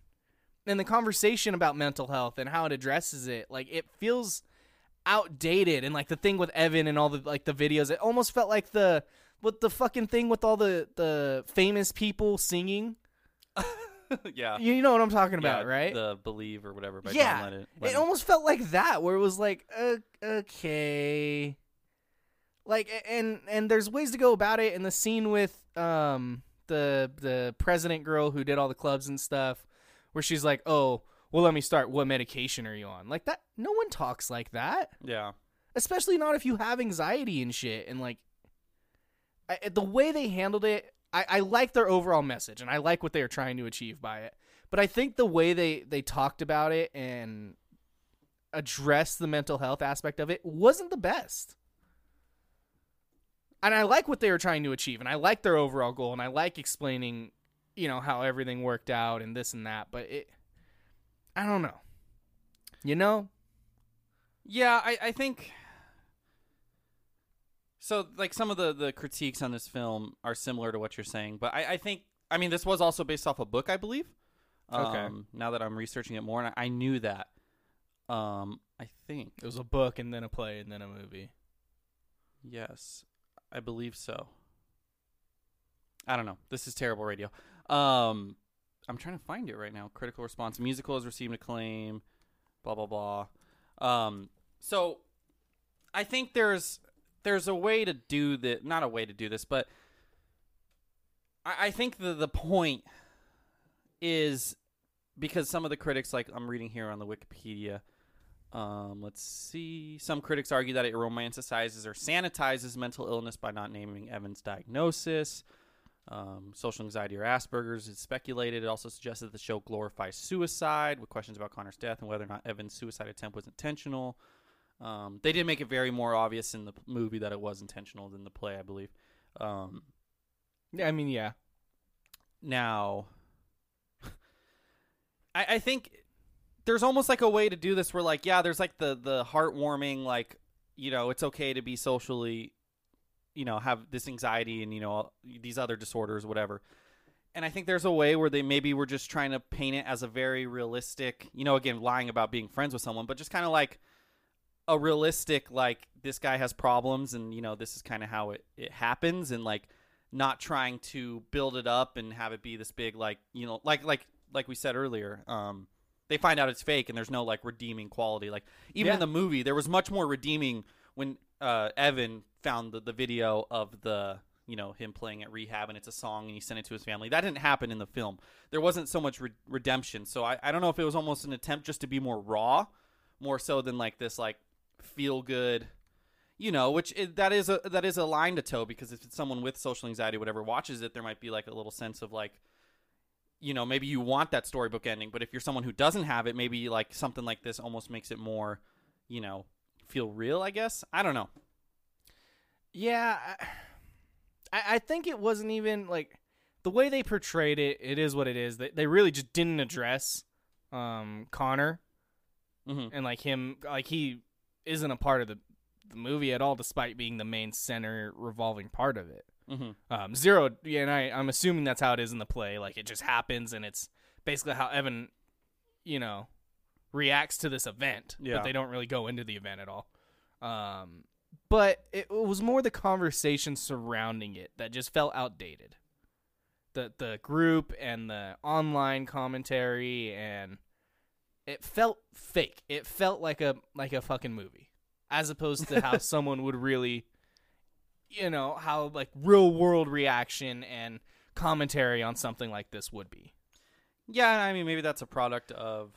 [SPEAKER 2] and the conversation about mental health and how it addresses it, like it feels outdated and like the thing with Evan and all the like the videos, it almost felt like the what the fucking thing with all the the famous people singing.
[SPEAKER 1] yeah.
[SPEAKER 2] You, you know what I'm talking about,
[SPEAKER 1] Uh, Yeah,
[SPEAKER 2] right?
[SPEAKER 1] The Believe or whatever by
[SPEAKER 2] yeah,
[SPEAKER 1] John Lennon.
[SPEAKER 2] it almost felt like that, where it was like, uh, okay, like, a- and and there's ways to go about it. And the scene with um the the president girl who did all the clubs and stuff, where she's like, oh, well, let me start. What medication are you on? Like that. No one talks like that,
[SPEAKER 1] Yeah.
[SPEAKER 2] especially not if you have anxiety and shit. And like, I, the way they handled it, I, I like their overall message, and I like what they are trying to achieve by it. But I think the way they they talked about it and addressed the mental health aspect of it wasn't the best. And I like what they were trying to achieve, and I like their overall goal, and I like explaining, you know, how everything worked out and this and that. But it, I don't know. You know,
[SPEAKER 1] Yeah, I, I think so. Like some of the the critiques on this film are similar to what you're saying, but I, I think I mean this was also based off a book, I believe.
[SPEAKER 2] Okay.
[SPEAKER 1] Um, now that I'm researching it more, and I, I knew that. Um, I think
[SPEAKER 2] it was a book and then a play and then a movie.
[SPEAKER 1] yes, I believe so. I don't know. This is terrible radio. Um, I'm trying to find it right now. Critical response. Musical has received acclaim. Blah blah blah. Um, so I think there's there's a way to do that. Not a way to do this, but I, I think the the point is because some of the critics, like I'm reading here on the Wikipedia. Um, let's see. Some critics argue that it romanticizes or sanitizes mental illness by not naming Evan's diagnosis um, social anxiety or Asperger's is speculated. It also suggests that the show glorifies suicide with questions about Connor's death and whether or not Evan's suicide attempt was intentional. Um, they did make it very more obvious in the p- movie that it was intentional than the play, I believe. Um,
[SPEAKER 2] Yeah, I mean, yeah.
[SPEAKER 1] now, I, I think there's almost like a way to do this where, like, yeah, there's like the the heartwarming, like, you know, it's okay to be socially, you know, have this anxiety and you know all- these other disorders, whatever. And I think there's a way where they maybe were just trying to paint it as a very realistic, you know, again, lying about being friends with someone, but just kind of like a realistic, like this guy has problems and you know this is kind of how it it happens, and like not trying to build it up and have it be this big like you know like like like we said earlier um they find out it's fake and there's no like redeeming quality like even
[SPEAKER 2] Yeah.
[SPEAKER 1] in the movie there was much more redeeming when uh evan found the, the video of the you know him playing at rehab and it's a song and he sent it to his family that didn't happen in the film there wasn't so much re- redemption so I, I don't know if it was almost an attempt just to be more raw more so than like this like feel good you know, which is, that is a that is a line to toe because if it's someone with social anxiety, or whatever, watches it, there might be like a little sense of like, you know, maybe you want that storybook ending, but if you're someone who doesn't have it, maybe like something like this almost makes it more, you know, feel real. I guess I don't know.
[SPEAKER 2] Yeah, I, I I think it wasn't even like the way they portrayed it. It is what it is. They they really just didn't address um Connor
[SPEAKER 1] Mhm.
[SPEAKER 2] and like him. Like he isn't a part of the the movie at all, despite being the main center revolving part of it.
[SPEAKER 1] Mhm.
[SPEAKER 2] Um, Zero, yeah, and I I'm assuming that's how it is in the play. Like it just happens, and it's basically how Evan, you know, reacts to this event.
[SPEAKER 1] Yeah.
[SPEAKER 2] but they don't really go into the event at all. Um, but it was more the conversation surrounding it that just felt outdated. The the group and the online commentary and it felt fake. It felt like a like a fucking movie, as opposed to how someone would really, you know, how like real world reaction and commentary on something like this would be.
[SPEAKER 1] Yeah, I mean, maybe that's a product of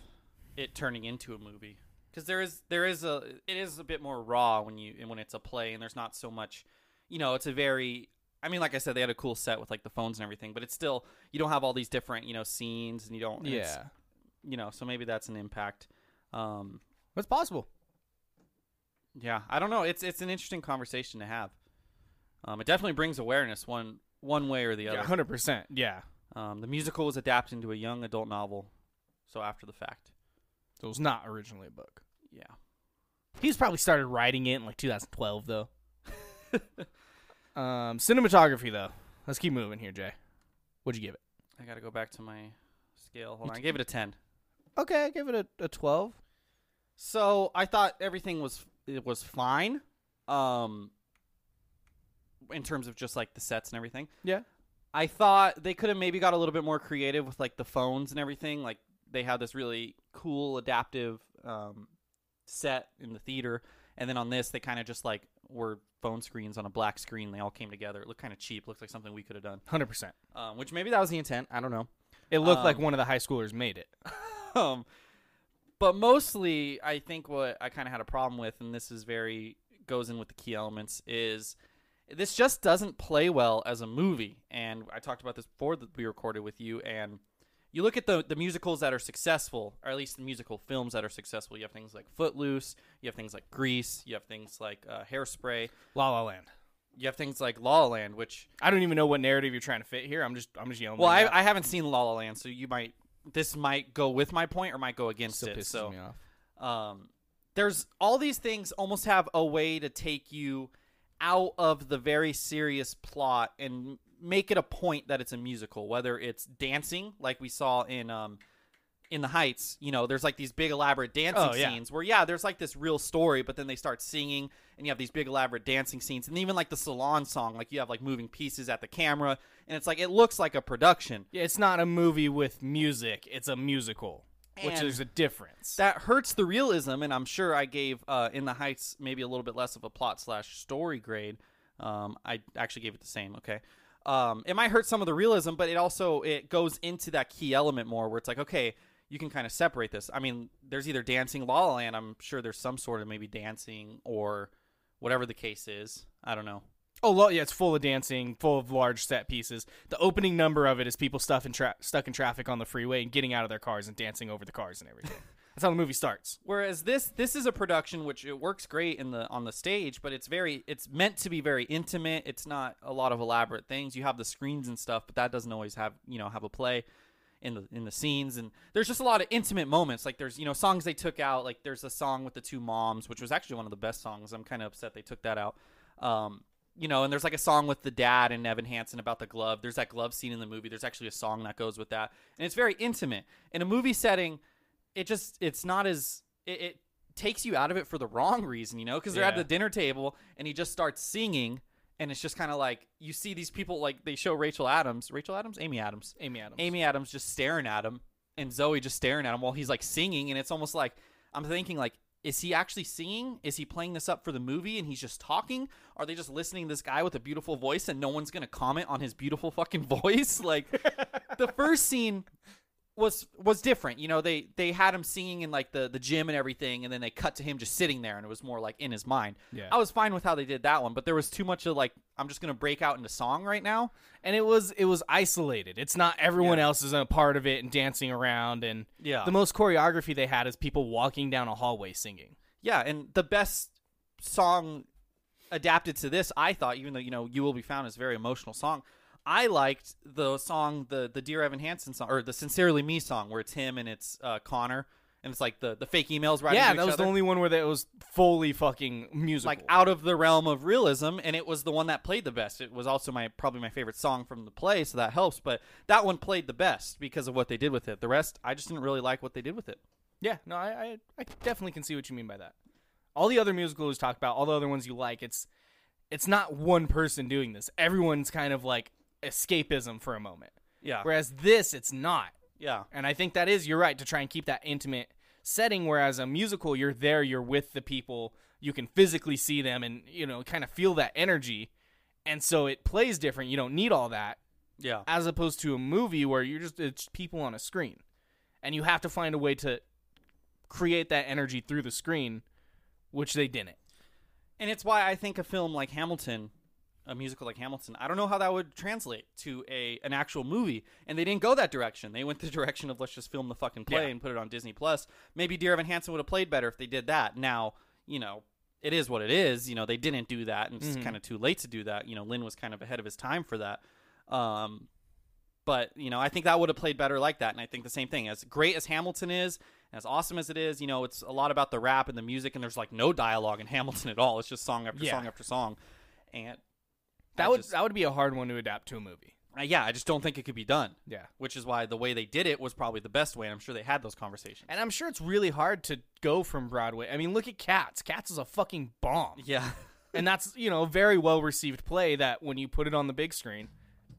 [SPEAKER 1] it turning into a movie because there is there is a it is a bit more raw when you and when it's a play and there's not so much, you know, it's a very. I mean, like I said, they had a cool set with like the phones and everything, but it's still you don't have all these different you know scenes and you don't and it's- you know so maybe that's an impact. Um,
[SPEAKER 2] that's possible.
[SPEAKER 1] yeah, I don't know. It's it's an interesting conversation to have. Um, it definitely brings awareness one one way or the other.
[SPEAKER 2] Yeah, hundred percent. Yeah,
[SPEAKER 1] Um, the musical was adapted into a young adult novel, so after the fact.
[SPEAKER 2] so it was not originally a book.
[SPEAKER 1] Yeah.
[SPEAKER 2] He's probably started writing it in like 2012 though. um, cinematography though. Let's keep moving here, Jay. What'd you give it?
[SPEAKER 1] I gotta go back to my scale. Hold on. I gave it a ten.
[SPEAKER 2] okay, I give it a, a twelve.
[SPEAKER 1] So I thought everything was it was fine, um, in terms of just like the sets and everything.
[SPEAKER 2] Yeah.
[SPEAKER 1] I thought they could have maybe got a little bit more creative with like the phones and everything. Like they had this really cool adaptive um, set in the theater, and then on this they kind of just like were phone screens on a black screen. They all came together. It looked kind of cheap. Looked like something we could have done.
[SPEAKER 2] Hundred percent.
[SPEAKER 1] Um, which maybe that was the intent. I don't know.
[SPEAKER 2] It looked like
[SPEAKER 1] Um,
[SPEAKER 2] one of the high schoolers made it.
[SPEAKER 1] um, but mostly, I think what I kind of had a problem with, and this is very goes in with the key elements, is this just doesn't play well as a movie. And I talked about this before that we recorded with you. And you look at the the musicals that are successful, or at least the musical films that are successful. You have things like Footloose, you have things like Grease, you have things like uh, Hairspray,
[SPEAKER 2] La La Land.
[SPEAKER 1] you have things like La La Land, which
[SPEAKER 2] I don't even know what narrative you're trying to fit here. I'm just I'm just yelling.
[SPEAKER 1] well,
[SPEAKER 2] things out.
[SPEAKER 1] I, I haven't seen La La Land, so you might this might go with my point or might go against
[SPEAKER 2] still
[SPEAKER 1] it.
[SPEAKER 2] pisses
[SPEAKER 1] So
[SPEAKER 2] me off.
[SPEAKER 1] um, there's all these things almost have a way to take you out of the very serious plot and make it a point that it's a musical whether it's dancing like we saw in um in the heights you know there's like these big elaborate dancing
[SPEAKER 2] Oh, yeah.
[SPEAKER 1] scenes where yeah there's like this real story but then they start singing and you have these big elaborate dancing scenes and even like the salon song like you have like moving pieces at the camera and it's like it looks like a production
[SPEAKER 2] Yeah, it's not a movie with music. It's a musical, which
[SPEAKER 1] And-
[SPEAKER 2] is a difference.
[SPEAKER 1] that hurts the realism and i'm sure i gave uh, in the heights maybe a little bit less of a plot slash story grade um, i actually gave it the same okay um, it might hurt some of the realism but it also it goes into that key element more where it's like okay you can kind of separate this i mean there's either dancing la la land i'm sure there's some sort of maybe dancing or whatever the case is i don't know
[SPEAKER 2] oh, lo- yeah, it's full of dancing, full of large set pieces. The opening number of it is people stuff in tra- stuck in traffic on the freeway and getting out of their cars and dancing over the cars and everything. That's how the movie starts.
[SPEAKER 1] Whereas this this is a production which it works great in the on the stage, but it's very it's meant to be very intimate. It's not a lot of elaborate things. You have the screens and stuff, but that doesn't always have you know have a play in the in the scenes. And there's just a lot of intimate moments. Like there's you know songs they took out. Like there's a song with the two moms, which was actually one of the best songs. I'm kind of upset they took that out. Um, you know, and there's like a song with the dad and Evan Hansen about the glove. There's that glove scene in the movie. There's actually a song that goes with that, and it's very intimate in a movie setting it just it's not as it, it takes you out of it for the wrong reason, you know, because they're at
[SPEAKER 2] Yeah.
[SPEAKER 1] the dinner table and he just starts singing, and it's just kind of like you see these people like they show Rachel Adams, Rachel Adams, Amy Adams,
[SPEAKER 2] Amy Adams.
[SPEAKER 1] Amy Adams just staring at him, and Zoe just staring at him while he's like singing, and it's almost like I'm thinking like. Is he actually singing? Is he playing this up for the movie and he's just talking? Are they just listening to this guy with a beautiful voice and no one's going to comment on his beautiful fucking voice? Like the first scene was was different. You know, they they had him singing in like the the gym and everything, and then they cut to him just sitting there, and it was more like in his mind.
[SPEAKER 2] Yeah.
[SPEAKER 1] I was fine with how they did that one, but there was too much of like I'm just gonna break out into song right now.
[SPEAKER 2] and it was it was isolated. It's not everyone else is a part of it and dancing around and
[SPEAKER 1] Yeah.
[SPEAKER 2] The most choreography they had is people walking down a hallway singing.
[SPEAKER 1] Yeah, and the best song adapted to this, I thought, even though you know "You Will Be Found" is a very emotional song. I liked the song, the the Dear Evan Hansen song, or the "Sincerely Me" song, where it's him and it's uh, Connor, and it's like the the fake emails right?
[SPEAKER 2] yeah, that was the only one where that was fully fucking musical.
[SPEAKER 1] like out of the realm of realism and it was the one that played the best it was also my probably my favorite song from the play so that helps but that one played the best because of what they did with it the rest i just didn't really like what they did with it
[SPEAKER 2] Yeah, no, I, I I definitely can see what you mean by that. All the other musicals you talk about, all the other ones you like, it's it's not one person doing this. Everyone's kind of like escapism for a moment.
[SPEAKER 1] yeah
[SPEAKER 2] Whereas this, it's not.
[SPEAKER 1] yeah
[SPEAKER 2] And I think that is you're right to try and keep that intimate setting. Whereas a musical, you're there, you're with the people, you can physically see them, and you know kind of feel that energy. And so it plays different. You don't need all that
[SPEAKER 1] yeah
[SPEAKER 2] as opposed to a movie where you're just it's people on a screen and you have to find a way to create that energy through the screen which they didn't
[SPEAKER 1] and it's why i think a film like hamilton a musical like hamilton i don't know how that would translate to a an actual movie and they didn't go that direction they went the direction of let's just film the fucking play
[SPEAKER 2] Yeah.
[SPEAKER 1] and put it on disney plus maybe dear evan hansen would have played better if they did that now you know it is what it is. You know, they didn't do that, and
[SPEAKER 2] Mm-hmm.
[SPEAKER 1] it's kind of too late to do that. You know, Lynn was kind of ahead of his time for that. Um, but you know, I think that would have played better like that. And I think the same thing. As great as Hamilton is, and as awesome as it is, you know, it's a lot about the rap and the music, and there's like no dialogue in Hamilton at all. It's just song after
[SPEAKER 2] Yeah.
[SPEAKER 1] song after song, and
[SPEAKER 2] that
[SPEAKER 1] I
[SPEAKER 2] would
[SPEAKER 1] just-
[SPEAKER 2] that would be a hard one to adapt to a movie
[SPEAKER 1] Uh, yeah, I just don't think it could be done.
[SPEAKER 2] Yeah.
[SPEAKER 1] Which is why the way they did it was probably the best way. And I'm sure they had those conversations.
[SPEAKER 2] And I'm sure it's really hard to go from Broadway. I mean, look at Cats. Cats is a fucking bomb.
[SPEAKER 1] Yeah.
[SPEAKER 2] And that's, you know, a very well received play that when you put it on the big screen,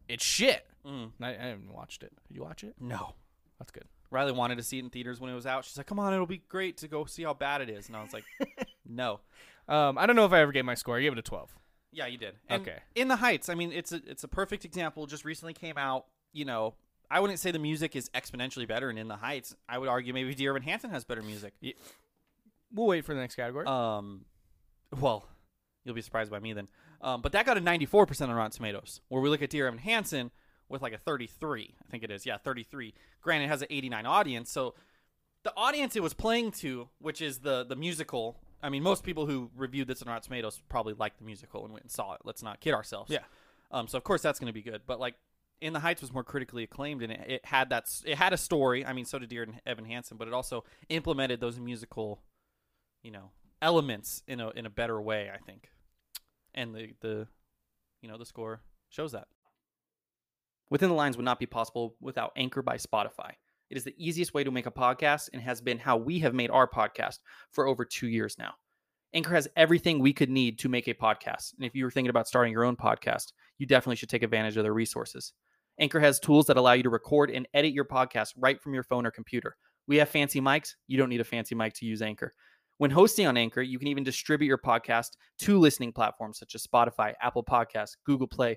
[SPEAKER 2] it's shit.
[SPEAKER 1] Mm.
[SPEAKER 2] And I, I haven't watched it. You watch it?
[SPEAKER 1] No.
[SPEAKER 2] That's good.
[SPEAKER 1] Riley wanted to see it in theaters when it was out. She's like, come on, it'll be great to go see how bad it is. And I was like, no.
[SPEAKER 2] Um, I don't know if I ever gave my score. I gave it a 12.
[SPEAKER 1] Yeah, you did. And
[SPEAKER 2] Okay.
[SPEAKER 1] In the Heights, I mean, it's a it's a perfect example. Just recently came out. You know, I wouldn't say the music is exponentially better in In the Heights. I would argue maybe Dear Evan Hansen has better music.
[SPEAKER 2] We'll wait for the next category.
[SPEAKER 1] Um, well, you'll be surprised by me then. Um, but that got a 94% on Rotten Tomatoes, where we look at Dear Evan Hansen with like a 33, I think it is. Yeah, 33. Granted, it has an 89 audience. So the audience it was playing to, which is the the musical. I mean, most people who reviewed this on Rotten Tomatoes probably liked the musical and went and saw it. Let's not kid ourselves.
[SPEAKER 2] Yeah.
[SPEAKER 1] Um, so of course that's going to be good, but like. In the Heights was more critically acclaimed, and it, it had that s- it had a story. I mean, so did Dear Evan Hansen, but it also implemented those musical you know elements in a in a better way i think and the the you know the score shows that within the lines would not be possible without anchor by spotify it is the easiest way to make a podcast and has been how we have made our podcast for over 2 years now anchor has everything we could need to make a podcast and if you were thinking about starting your own podcast you definitely should take advantage of their resources anchor has tools that allow you to record and edit your podcast right from your phone or computer we have fancy mics you don't need a fancy mic to use anchor when hosting on Anchor, you can even distribute your podcast to listening platforms such as Spotify, Apple Podcasts, Google Play,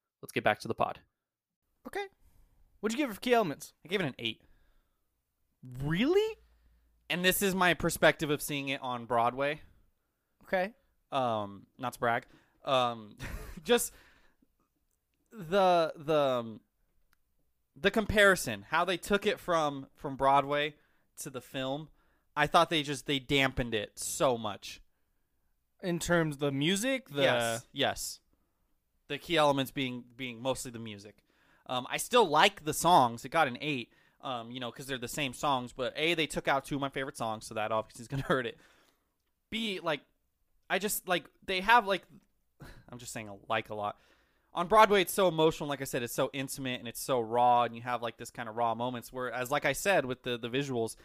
[SPEAKER 1] Let's get back to the pod.
[SPEAKER 2] okay. What'd you give it for key elements?
[SPEAKER 1] I gave it an eight.
[SPEAKER 2] Really?
[SPEAKER 1] And this is my perspective of seeing it on Broadway.
[SPEAKER 2] Okay.
[SPEAKER 1] um not to brag um just the the um, the comparison how they took it from from broadway to the film i thought they just they dampened it so much
[SPEAKER 2] In terms of the music, the
[SPEAKER 1] yes yes the key elements being being mostly the music um i still like the songs it got an eight um you know because they're the same songs but a they took out two of my favorite songs so that obviously is gonna hurt it b like i just like they have like i'm just saying a like a lot on broadway it's so emotional like i said it's so intimate and it's so raw and you have like this kind of raw moments whereas like i said with the the visuals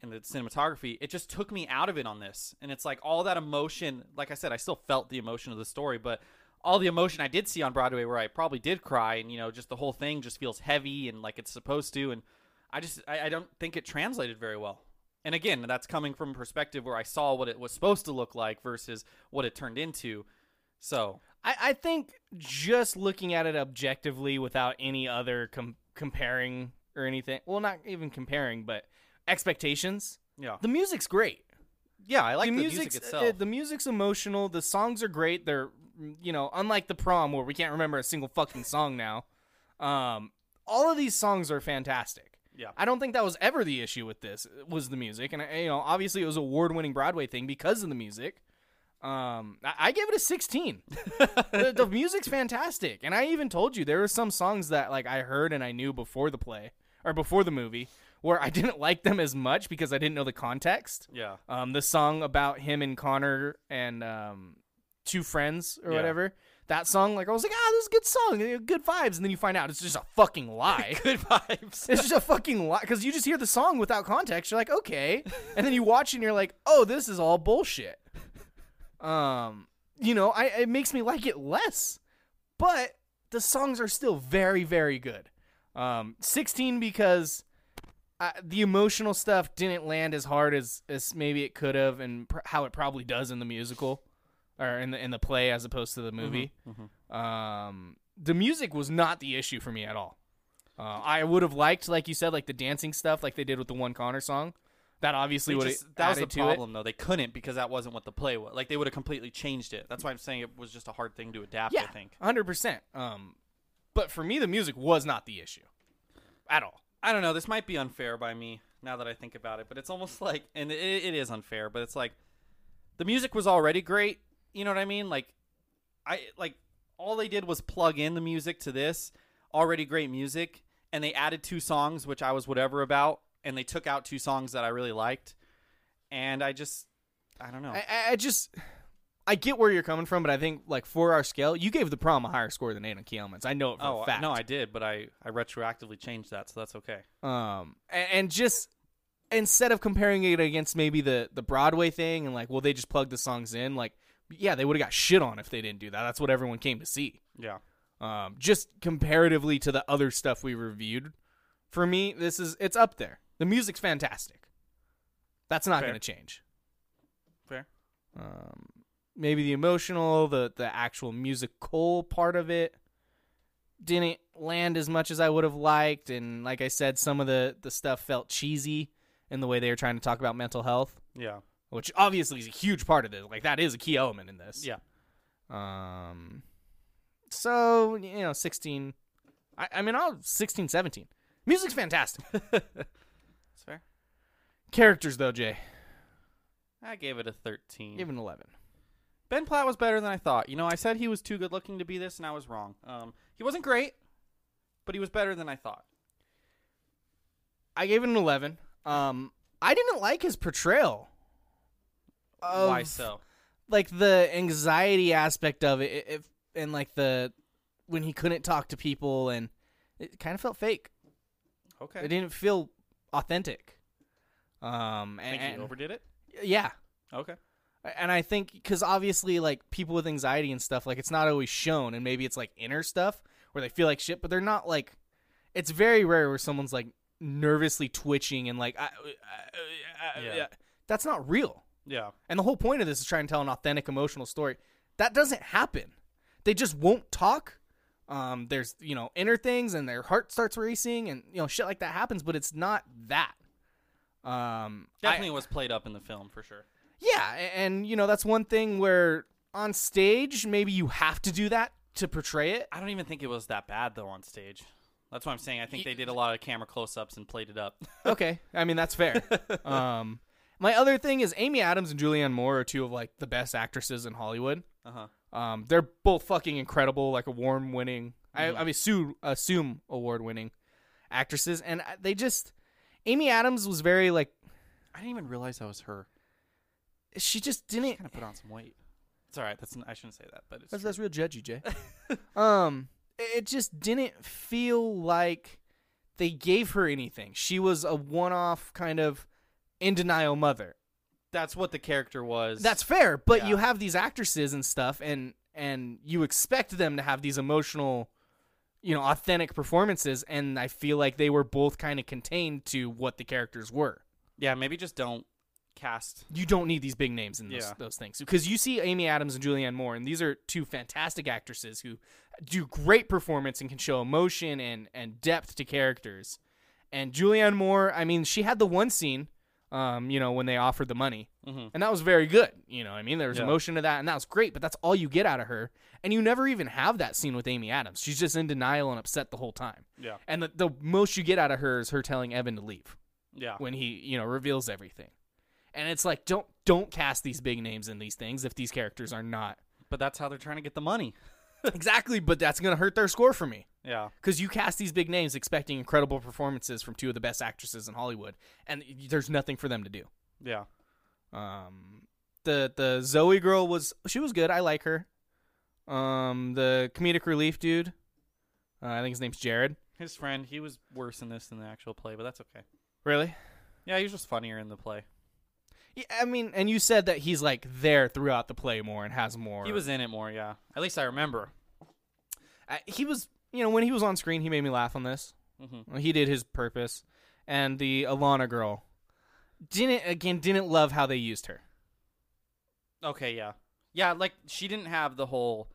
[SPEAKER 1] and the cinematography, it just took me out of it on this. And it's like all that emotion, like I said, I still felt the emotion of the story, but all the emotion I did see on Broadway where I probably did cry and you know, just the whole thing just feels heavy and like it's supposed to and I just I, I don't think it translated very well. And again, that's coming from a perspective where I saw what it was supposed to look like versus what it turned into. So
[SPEAKER 2] I, I think just looking at it objectively without any other com- comparing or anything, well, not even comparing, but expectations,
[SPEAKER 1] yeah.
[SPEAKER 2] the music's great.
[SPEAKER 1] yeah, I like the,
[SPEAKER 2] music's,
[SPEAKER 1] music
[SPEAKER 2] uh,
[SPEAKER 1] itself.
[SPEAKER 2] the music's emotional. The songs are great. They're, you know, unlike the prom where we can't remember a single fucking song now. Um, all of these songs are fantastic.
[SPEAKER 1] Yeah.
[SPEAKER 2] I don't think that was ever the issue with this. uh, Was the music, and you know, obviously it was an award-winning Broadway thing because of the music. Um, I, I gave it a sixteen. the, the music's fantastic, and I even told you there were some songs that like I heard and I knew before the play or before the movie where I didn't like them as much because I didn't know the context
[SPEAKER 1] yeah.
[SPEAKER 2] um, the song about him and Connor and um, two friends or
[SPEAKER 1] Yeah.
[SPEAKER 2] whatever. That song, like I was like, ah, this is a good song, eh, good vibes, and then you find out it's just a fucking lie.
[SPEAKER 1] Good vibes.
[SPEAKER 2] it's just a fucking lie because you just hear the song without context. You're like, okay, and then you watch and you're like, oh, this is all bullshit. Um, you know, I it makes me like it less, but the songs are still very, very good. Um, sixteen because I, the emotional stuff didn't land as hard as as maybe it could have, and pr- how it probably does in the musical or in the in the play as opposed to the
[SPEAKER 1] Mm-hmm,
[SPEAKER 2] movie. Um, the music was not the issue for me at all. Uh, I would have liked, like you said, like the dancing stuff, like they did with the one Connor song. That obviously
[SPEAKER 1] They
[SPEAKER 2] would
[SPEAKER 1] just- that was the
[SPEAKER 2] to it.
[SPEAKER 1] problem though. They couldn't because that wasn't what the play was. Like they would have completely changed it. That's why I'm saying it was just a hard thing to adapt. I think.
[SPEAKER 2] hundred percent. Um, But for me, the music was not the issue at all.
[SPEAKER 1] I don't know. This might be unfair by me now that I think about it, but it's almost like, and it, it is unfair, but it's like the music was already great. You know what I mean? Like, I like all they did was plug in the music to this already great music, and they added two songs which I was whatever about, and they took out two songs that I really liked, and I just, I don't know.
[SPEAKER 2] I, I- I just I get where you're coming from, but I think like for our scale, you gave the prom a higher score than Eight on Key Elements. I know it for
[SPEAKER 1] oh
[SPEAKER 2] a fact.
[SPEAKER 1] no, I did, but I I retroactively changed that, so that's okay.
[SPEAKER 2] um and, and just instead of comparing it against maybe the the Broadway thing and like, well, they just plugged the songs in. Like, yeah, they would have got shit on if they didn't do that. That's what everyone came to see.
[SPEAKER 1] Yeah.
[SPEAKER 2] Um, just comparatively to the other stuff we reviewed, for me, this is it's up there. The music's fantastic. That's not
[SPEAKER 1] Fair.
[SPEAKER 2] going to change.
[SPEAKER 1] Fair.
[SPEAKER 2] um, maybe the emotional, the the actual musical part of it didn't land as much as I would have liked, and like I said, some of the the stuff felt cheesy in the way they were trying to talk about mental health,
[SPEAKER 1] Yeah.
[SPEAKER 2] which obviously is a huge part of this. Like that is a key element in this.
[SPEAKER 1] Yeah.
[SPEAKER 2] Um. So you know, sixteen. I, I mean, I'll 16, 17. Music's fantastic.
[SPEAKER 1] That's fair.
[SPEAKER 2] Characters though, Jay,
[SPEAKER 1] I gave it a thirteen.
[SPEAKER 2] give it an eleven.
[SPEAKER 1] Ben Platt was better than I thought. You know, I said he was too good looking to be this, and I was wrong. Um, he wasn't great, but he was better than I thought.
[SPEAKER 2] I gave it an eleven. Um, I didn't like his portrayal. Of,
[SPEAKER 1] Why so?
[SPEAKER 2] Like the anxiety aspect of it, if, and like the when he couldn't talk to people, and it kind of felt fake.
[SPEAKER 1] Okay.
[SPEAKER 2] It didn't feel authentic. Um,
[SPEAKER 1] Think
[SPEAKER 2] and,
[SPEAKER 1] he overdid it?
[SPEAKER 2] yeah,
[SPEAKER 1] Okay.
[SPEAKER 2] and I think because obviously, like people with anxiety and stuff, like it's not always shown, and maybe it's like inner stuff where they feel like shit, but they're not like. It's very rare where someone's like nervously twitching and like, I, uh, I, I,
[SPEAKER 1] Yeah.
[SPEAKER 2] yeah. uh, that's not real.
[SPEAKER 1] Yeah.
[SPEAKER 2] And the whole point of this is trying to tell an authentic emotional story. That doesn't happen. They just won't talk. Um, there's you know inner things, and their heart starts racing, and you know shit like that happens, but it's not that. Um, I-
[SPEAKER 1] Definitely was played up in the film for sure.
[SPEAKER 2] yeah, a- and you know that's one thing where on stage maybe you have to do that to portray it.
[SPEAKER 1] I don't even think it was that bad though on stage. That's what I'm saying. I think they did a lot of camera close ups and played it up.
[SPEAKER 2] Okay, I mean that's fair. um, my other thing is Amy Adams and Julianne Moore are two of like the best actresses in Hollywood.
[SPEAKER 1] Uh huh.
[SPEAKER 2] Um, they're both fucking incredible, like a warm winning. I, I assume assume award winning actresses, and I- they just Amy Adams was very like
[SPEAKER 1] I didn't even realize that was her.
[SPEAKER 2] she just didn't
[SPEAKER 1] Kind of put on some weight. It's all right. That's n- I shouldn't say that, but it's
[SPEAKER 2] That's,
[SPEAKER 1] true.
[SPEAKER 2] that's real judgy, Jay. um, it just didn't feel like they gave her anything. She was a one-off kind of in denial mother.
[SPEAKER 1] that's what the character was.
[SPEAKER 2] That's fair, but you
[SPEAKER 1] Yeah.
[SPEAKER 2] have these actresses and stuff, and and you expect them to have these emotional, you know, authentic performances, and I feel like they were both kind of contained to what the characters were.
[SPEAKER 1] yeah. Maybe just don't cast.
[SPEAKER 2] you don't need these big names in those,
[SPEAKER 1] Yeah.
[SPEAKER 2] those things because you see Amy Adams and Julianne Moore, and these are two fantastic actresses who do great performance and can show emotion and and depth to characters. And Julianne Moore, I mean, she had the one scene, um, you know, when they offered the money, and that was very good. You know, what I mean, there was
[SPEAKER 1] Mm-hmm. Yeah.
[SPEAKER 2] emotion to that, and that was great. But that's all you get out of her, and you never even have that scene with Amy Adams. She's just in denial and upset the whole time.
[SPEAKER 1] Yeah.
[SPEAKER 2] And the, the most you get out of her is her telling Evan to leave
[SPEAKER 1] Yeah.
[SPEAKER 2] when he you know reveals everything and it's like don't don't cast these big names in these things if these characters are not
[SPEAKER 1] But that's how they're trying to get the money.
[SPEAKER 2] exactly but that's going to hurt their score for me
[SPEAKER 1] Yeah.
[SPEAKER 2] because you cast these big names expecting incredible performances from two of the best actresses in hollywood and y- there's nothing for them to do
[SPEAKER 1] Yeah.
[SPEAKER 2] um the the zoe girl was she was good i like her um the comedic relief dude uh, i think his name's jared
[SPEAKER 1] His friend, he was worse in this than the actual play, but that's okay.
[SPEAKER 2] really
[SPEAKER 1] Yeah, he was just funnier in the play.
[SPEAKER 2] yeah, i mean and you said that he's like there throughout the play more and has more
[SPEAKER 1] He was in it more, yeah. At least I remember.
[SPEAKER 2] I, he was you know when he was on screen he made me laugh on this
[SPEAKER 1] Mm-hmm.
[SPEAKER 2] he did his purpose and the alana girl didn't again didn't love how they used her
[SPEAKER 1] Okay, yeah, yeah. Like she didn't have the whole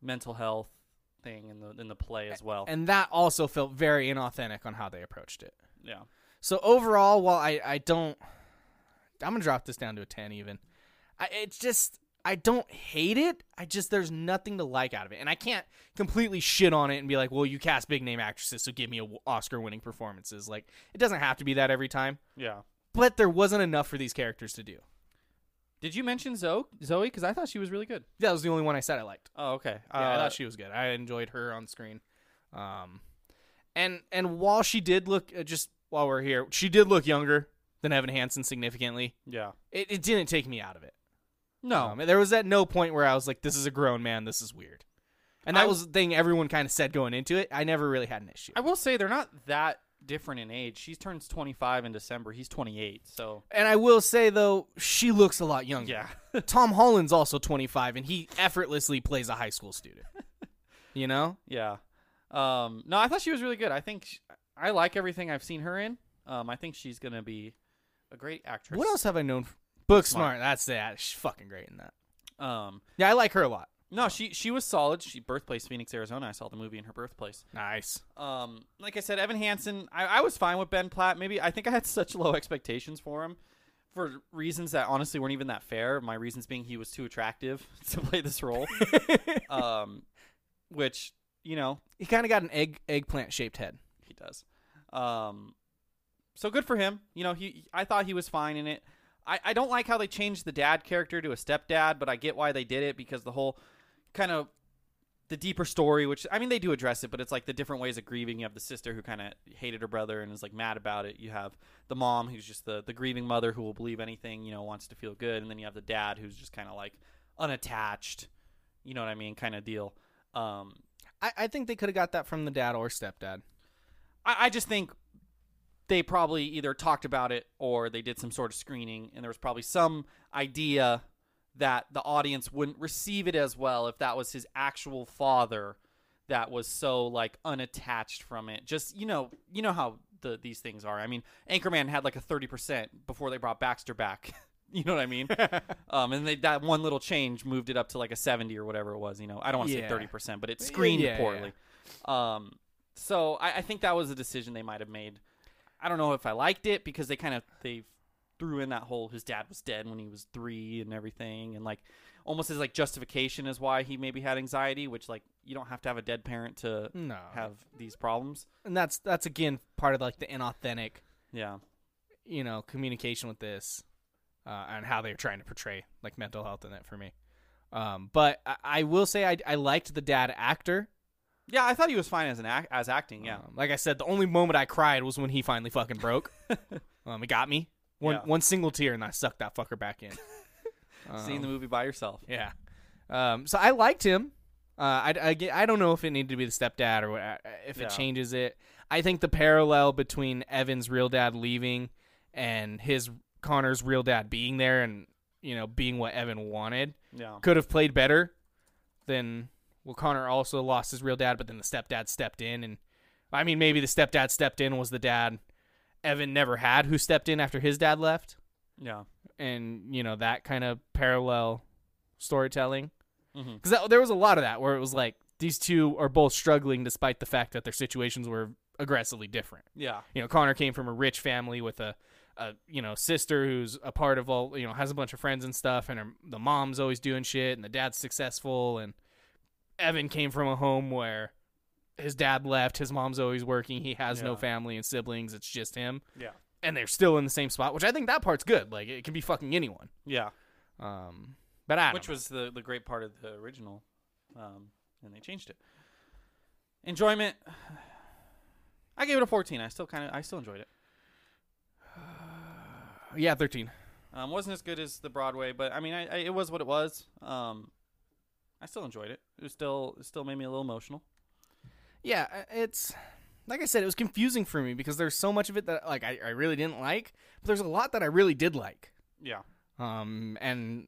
[SPEAKER 1] mental health thing in the in the play as well.
[SPEAKER 2] and that also felt very inauthentic on how they approached it
[SPEAKER 1] yeah,
[SPEAKER 2] so overall while i i don't i'm gonna drop this down to a 10 even i it's just I don't hate it. I just there's nothing to like out of it, and I can't completely shit on it and be like, "Well, you cast big name actresses, so give me a w- Oscar-winning performances." Like it doesn't have to be that every time,
[SPEAKER 1] Yeah.
[SPEAKER 2] but there wasn't enough for these characters to do.
[SPEAKER 1] Did you mention Zoe? Zoe, because I thought she was really good.
[SPEAKER 2] That was the only one I said I liked.
[SPEAKER 1] Oh, okay.
[SPEAKER 2] Yeah, I
[SPEAKER 1] Uh,
[SPEAKER 2] thought she was good. I enjoyed her on screen. Um, and and while she did look, uh, just while we're here, she did look younger than Evan Hansen significantly.
[SPEAKER 1] Yeah.
[SPEAKER 2] It, it didn't take me out of it.
[SPEAKER 1] No.
[SPEAKER 2] Um, there was at no point where I was like, "This is a grown man. This is weird." And that
[SPEAKER 1] I-
[SPEAKER 2] was the thing everyone kind of said going into it. I never really had an issue.
[SPEAKER 1] I will say they're not that different in age. She turns 25 in December. He's 28. So
[SPEAKER 2] and I will say though, she looks a lot younger.
[SPEAKER 1] Yeah.
[SPEAKER 2] Tom Holland's also 25, and he effortlessly plays a high school student. you know,
[SPEAKER 1] yeah. Um, no, I thought she was really good. I think sh I like everything I've seen her in. Um, I think she's gonna be a great actress.
[SPEAKER 2] what else have I known? From- Book
[SPEAKER 1] Smart.
[SPEAKER 2] smart. That's that. She's fucking great in that.
[SPEAKER 1] Um,
[SPEAKER 2] Yeah, I like her a lot.
[SPEAKER 1] no, she she was solid. She birthplace Phoenix, Arizona. I saw the movie in her birthplace.
[SPEAKER 2] Nice.
[SPEAKER 1] Um, like I said, Evan Hansen, I, I was fine with Ben Platt. Maybe I think I had such low expectations for him for reasons that honestly weren't even that fair. My reasons being he was too attractive to play this role. um, which, you know,
[SPEAKER 2] He kind of got an egg eggplant shaped head.
[SPEAKER 1] he does. Um, so good for him. You know, he I thought he was fine in it. I, I don't like how they changed the dad character to a stepdad, but I get why they did it because the whole kind of the deeper story, which I mean they do address it, but it's like the different ways of grieving. You have the sister who kind of hated her brother and is like mad about it. You have the mom who's just the the grieving mother who will believe anything, you know, wants to feel good, and then you have the dad who's just kind of like unattached. You know what I mean, kind of deal. Um,
[SPEAKER 2] I, I think they could have got that from the dad or stepdad.
[SPEAKER 1] I, I just think they probably either talked about it or they did some sort of screening, and there was probably some idea that the audience wouldn't receive it as well if that was his actual father that was so like unattached from it. Just you know, you know how the these things are. I mean, Anchorman had like a thirty percent before they brought Baxter back. you know what I mean? um, and they, that one little change moved it up to like a seventy or whatever it was. You know, I don't want to
[SPEAKER 2] Yeah.
[SPEAKER 1] say thirty percent, but it screened
[SPEAKER 2] yeah, yeah.
[SPEAKER 1] poorly. Um, so I, I think that was a decision they might have made. I don't know if I liked it because they kind of they threw in that whole his dad was dead when he was three and everything, and like almost as like justification as why he maybe had anxiety, which like you don't have to have a dead parent to
[SPEAKER 2] No.
[SPEAKER 1] have these problems.
[SPEAKER 2] And that's that's again part of like the inauthentic,
[SPEAKER 1] Yeah,
[SPEAKER 2] you know, communication with this, uh, and how they're trying to portray like mental health in it for me. Um, but I, I will say I, I liked the dad actor.
[SPEAKER 1] yeah. I thought he was fine as an act, as acting. Yeah,
[SPEAKER 2] Um, like I said, the only moment I cried was when he finally fucking broke. um, it got me one
[SPEAKER 1] Yeah.
[SPEAKER 2] one single tear, and I sucked that fucker back in.
[SPEAKER 1] seeing the movie by yourself.
[SPEAKER 2] Oh, Yeah. Um, so I liked him. Uh, I, I, get- I don't know if it needed to be the stepdad or what, uh, if
[SPEAKER 1] Yeah.
[SPEAKER 2] it changes it. I think the parallel between Evan's real dad leaving and his Connor's real dad being there and you know being what Evan wanted
[SPEAKER 1] Yeah,
[SPEAKER 2] could have played better than well Connor also lost his real dad, but then the stepdad stepped in and I mean maybe the stepdad stepped in was the dad Evan never had who stepped in after his dad left
[SPEAKER 1] yeah,
[SPEAKER 2] and you know that kind of parallel storytelling because
[SPEAKER 1] Mhm.
[SPEAKER 2] there was a lot of that where it was like these two are both struggling despite the fact that their situations were aggressively different
[SPEAKER 1] yeah,
[SPEAKER 2] you know connor came from a rich family with a, a you know sister who's a part of all you know has a bunch of friends and stuff and her, the mom's always doing shit and the dad's successful and evan came from a home where his dad left his mom's always working he has no
[SPEAKER 1] Yeah.
[SPEAKER 2] family and siblings it's just him
[SPEAKER 1] yeah,
[SPEAKER 2] and they're still in the same spot, which I think that part's good. Like it can be fucking anyone.
[SPEAKER 1] yeah.
[SPEAKER 2] Um, but I don't
[SPEAKER 1] Which
[SPEAKER 2] know.
[SPEAKER 1] was the the great part of the original, um, and they changed it. Enjoyment. I gave it a 14. I still kind of I still enjoyed it.
[SPEAKER 2] yeah, thirteen.
[SPEAKER 1] Um, wasn't as good as the Broadway, but I mean, I, I it was what it was. Um, I still enjoyed it. It was still it still made me a little emotional.
[SPEAKER 2] Yeah, I- it's like I said, it was confusing for me because there's so much of it that like I, I really didn't like, but there's a lot that I really did like.
[SPEAKER 1] Yeah,
[SPEAKER 2] Um, and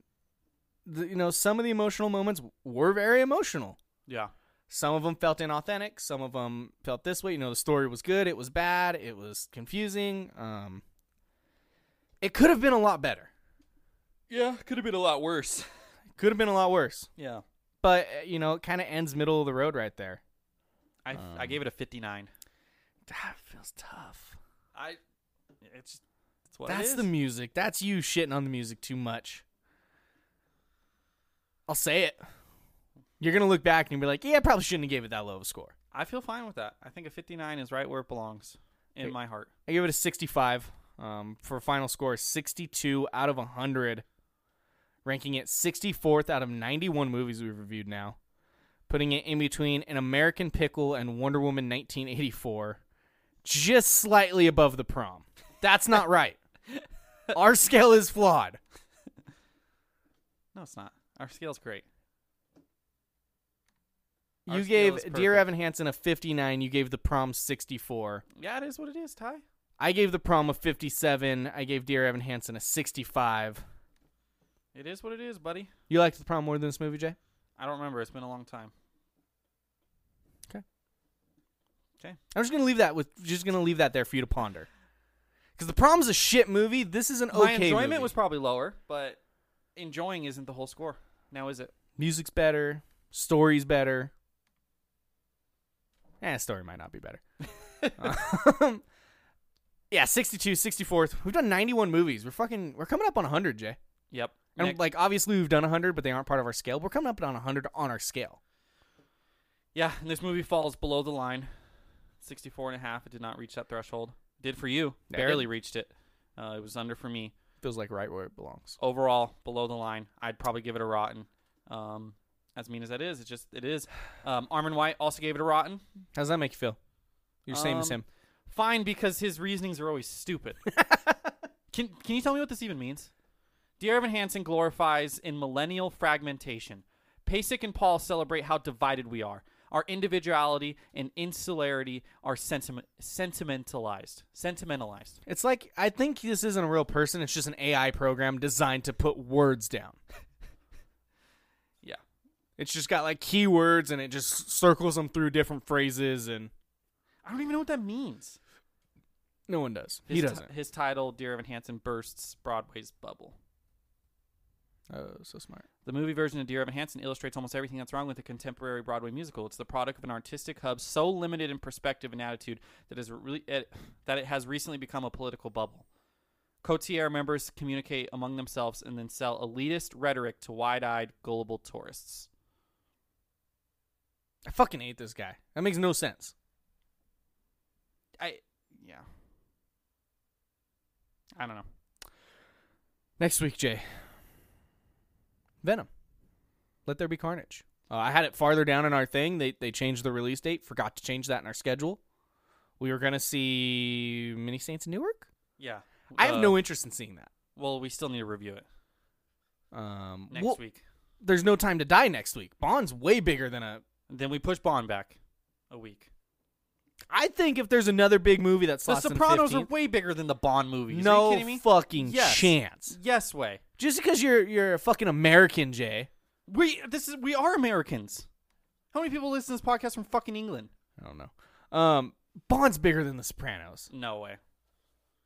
[SPEAKER 2] the, you know, some of the emotional moments were very emotional.
[SPEAKER 1] yeah,
[SPEAKER 2] Some of them felt inauthentic. Some of them felt this way. You know, the story was good. It was bad. It was confusing. Um, it could have been a lot better.
[SPEAKER 1] yeah. Could have been a lot worse.
[SPEAKER 2] Could have been a lot worse.
[SPEAKER 1] Yeah,
[SPEAKER 2] but uh, you know, it kind of ends middle of the road right there.
[SPEAKER 1] I I gave it a 59.
[SPEAKER 2] That feels tough.
[SPEAKER 1] I it's it's what it
[SPEAKER 2] That's
[SPEAKER 1] is.
[SPEAKER 2] the music. That's you shitting on the music too much. I'll say it. You're gonna look back and you'll be like, yeah, I probably shouldn't have gave it that low of a score.
[SPEAKER 1] I feel fine with that. I think a 59 is right where it belongs in my heart.
[SPEAKER 2] I give it a 65 um, for a final score, 62 out of 100, ranking it 64th out of 91 movies we've reviewed now, putting it in between An American Pickle and Wonder Woman 1984, just slightly above the prom. That's not right. Our scale is flawed.
[SPEAKER 1] No, it's not. Our scale's great. Our
[SPEAKER 2] You
[SPEAKER 1] scale is
[SPEAKER 2] gave Dear
[SPEAKER 1] perfect.
[SPEAKER 2] Evan Hansen a 59. You gave the prom 64.
[SPEAKER 1] Yeah, it is what it is, Ty.
[SPEAKER 2] I gave the prom a 57. I gave Dear Evan Hansen a 65.
[SPEAKER 1] It is what it is, buddy.
[SPEAKER 2] You liked the prom more than this movie, Jay?
[SPEAKER 1] I don't remember. It's been a long time.
[SPEAKER 2] I'm just gonna leave that with just gonna leave that there for you to ponder. Because the prom's a shit movie. This is an
[SPEAKER 1] My
[SPEAKER 2] okay
[SPEAKER 1] enjoyment
[SPEAKER 2] movie.
[SPEAKER 1] was probably lower, but enjoying isn't the whole score. Now is it?
[SPEAKER 2] music's better, story's better. Eh, story might not be better.
[SPEAKER 1] Uh,
[SPEAKER 2] Um, yeah, 62, 64th. We've done 91 movies. We're fucking we're coming up on 100, Jay.
[SPEAKER 1] Yep.
[SPEAKER 2] And
[SPEAKER 1] Nick-
[SPEAKER 2] like obviously we've done 100, but they aren't part of our scale. We're coming up on 100 on our scale.
[SPEAKER 1] yeah, and this movie falls below the line. 64 and a half. It did not reach that threshold. Did for you.
[SPEAKER 2] Yeah, it
[SPEAKER 1] Barely
[SPEAKER 2] did.
[SPEAKER 1] reached it. Uh, it was under for me.
[SPEAKER 2] Feels like right where it belongs.
[SPEAKER 1] overall below the line i'd probably give it a rotten um, as mean as that is it just it is um, armin white also gave it a rotten
[SPEAKER 2] How does that make you feel? You're the same as
[SPEAKER 1] Um,
[SPEAKER 2] him.
[SPEAKER 1] fine because his reasonings are always stupid can, can you tell me what this even means dear evan hansen glorifies in millennial fragmentation pasic and paul celebrate how divided we are our individuality and insularity are sentiment, sentimentalized sentimentalized
[SPEAKER 2] It's like I think this isn't a real person. It's just an AI program designed to put words down.
[SPEAKER 1] yeah
[SPEAKER 2] It's just got like keywords and it just circles them through different phrases and
[SPEAKER 1] i don't even know what that means
[SPEAKER 2] no one does.
[SPEAKER 1] His
[SPEAKER 2] he
[SPEAKER 1] ti-
[SPEAKER 2] doesn't.
[SPEAKER 1] his title, Dear Evan Hansen, bursts Broadway's bubble.
[SPEAKER 2] oh, so smart.
[SPEAKER 1] The movie version of Dear Evan Hansen illustrates almost everything that's wrong with a contemporary Broadway musical. It's the product of an artistic hub so limited in perspective and attitude that is really it, that it has recently become a political bubble. Cotier members communicate among themselves and then sell elitist rhetoric to wide-eyed, gullible tourists.
[SPEAKER 2] I fucking hate this guy. That makes no sense.
[SPEAKER 1] I, yeah, I don't know.
[SPEAKER 2] Next week, Jay. Venom. Let there be carnage. Uh, I had it farther down in our thing. They they changed the release date. Forgot to change that in our schedule. We were gonna see Mini Saints in Newark.
[SPEAKER 1] Yeah,
[SPEAKER 2] I have
[SPEAKER 1] Uh,
[SPEAKER 2] no interest in seeing that.
[SPEAKER 1] Well, we still need to review it
[SPEAKER 2] Um,
[SPEAKER 1] next
[SPEAKER 2] well,
[SPEAKER 1] week.
[SPEAKER 2] There's no time to die next week. Bond's way bigger than a
[SPEAKER 1] Then we push Bond back a week.
[SPEAKER 2] I think if there's another big movie that's
[SPEAKER 1] The
[SPEAKER 2] slots
[SPEAKER 1] Sopranos
[SPEAKER 2] in
[SPEAKER 1] are
[SPEAKER 2] 15th,
[SPEAKER 1] way bigger than the Bond movies.
[SPEAKER 2] no
[SPEAKER 1] are you kidding me?
[SPEAKER 2] fucking
[SPEAKER 1] Yes.
[SPEAKER 2] chance.
[SPEAKER 1] Yes, way.
[SPEAKER 2] Just because you're you're a fucking American, Jay.
[SPEAKER 1] We this is we are Americans. How many people listen to this podcast from fucking England?
[SPEAKER 2] I don't know. Um, Bond's bigger than The Sopranos.
[SPEAKER 1] No way.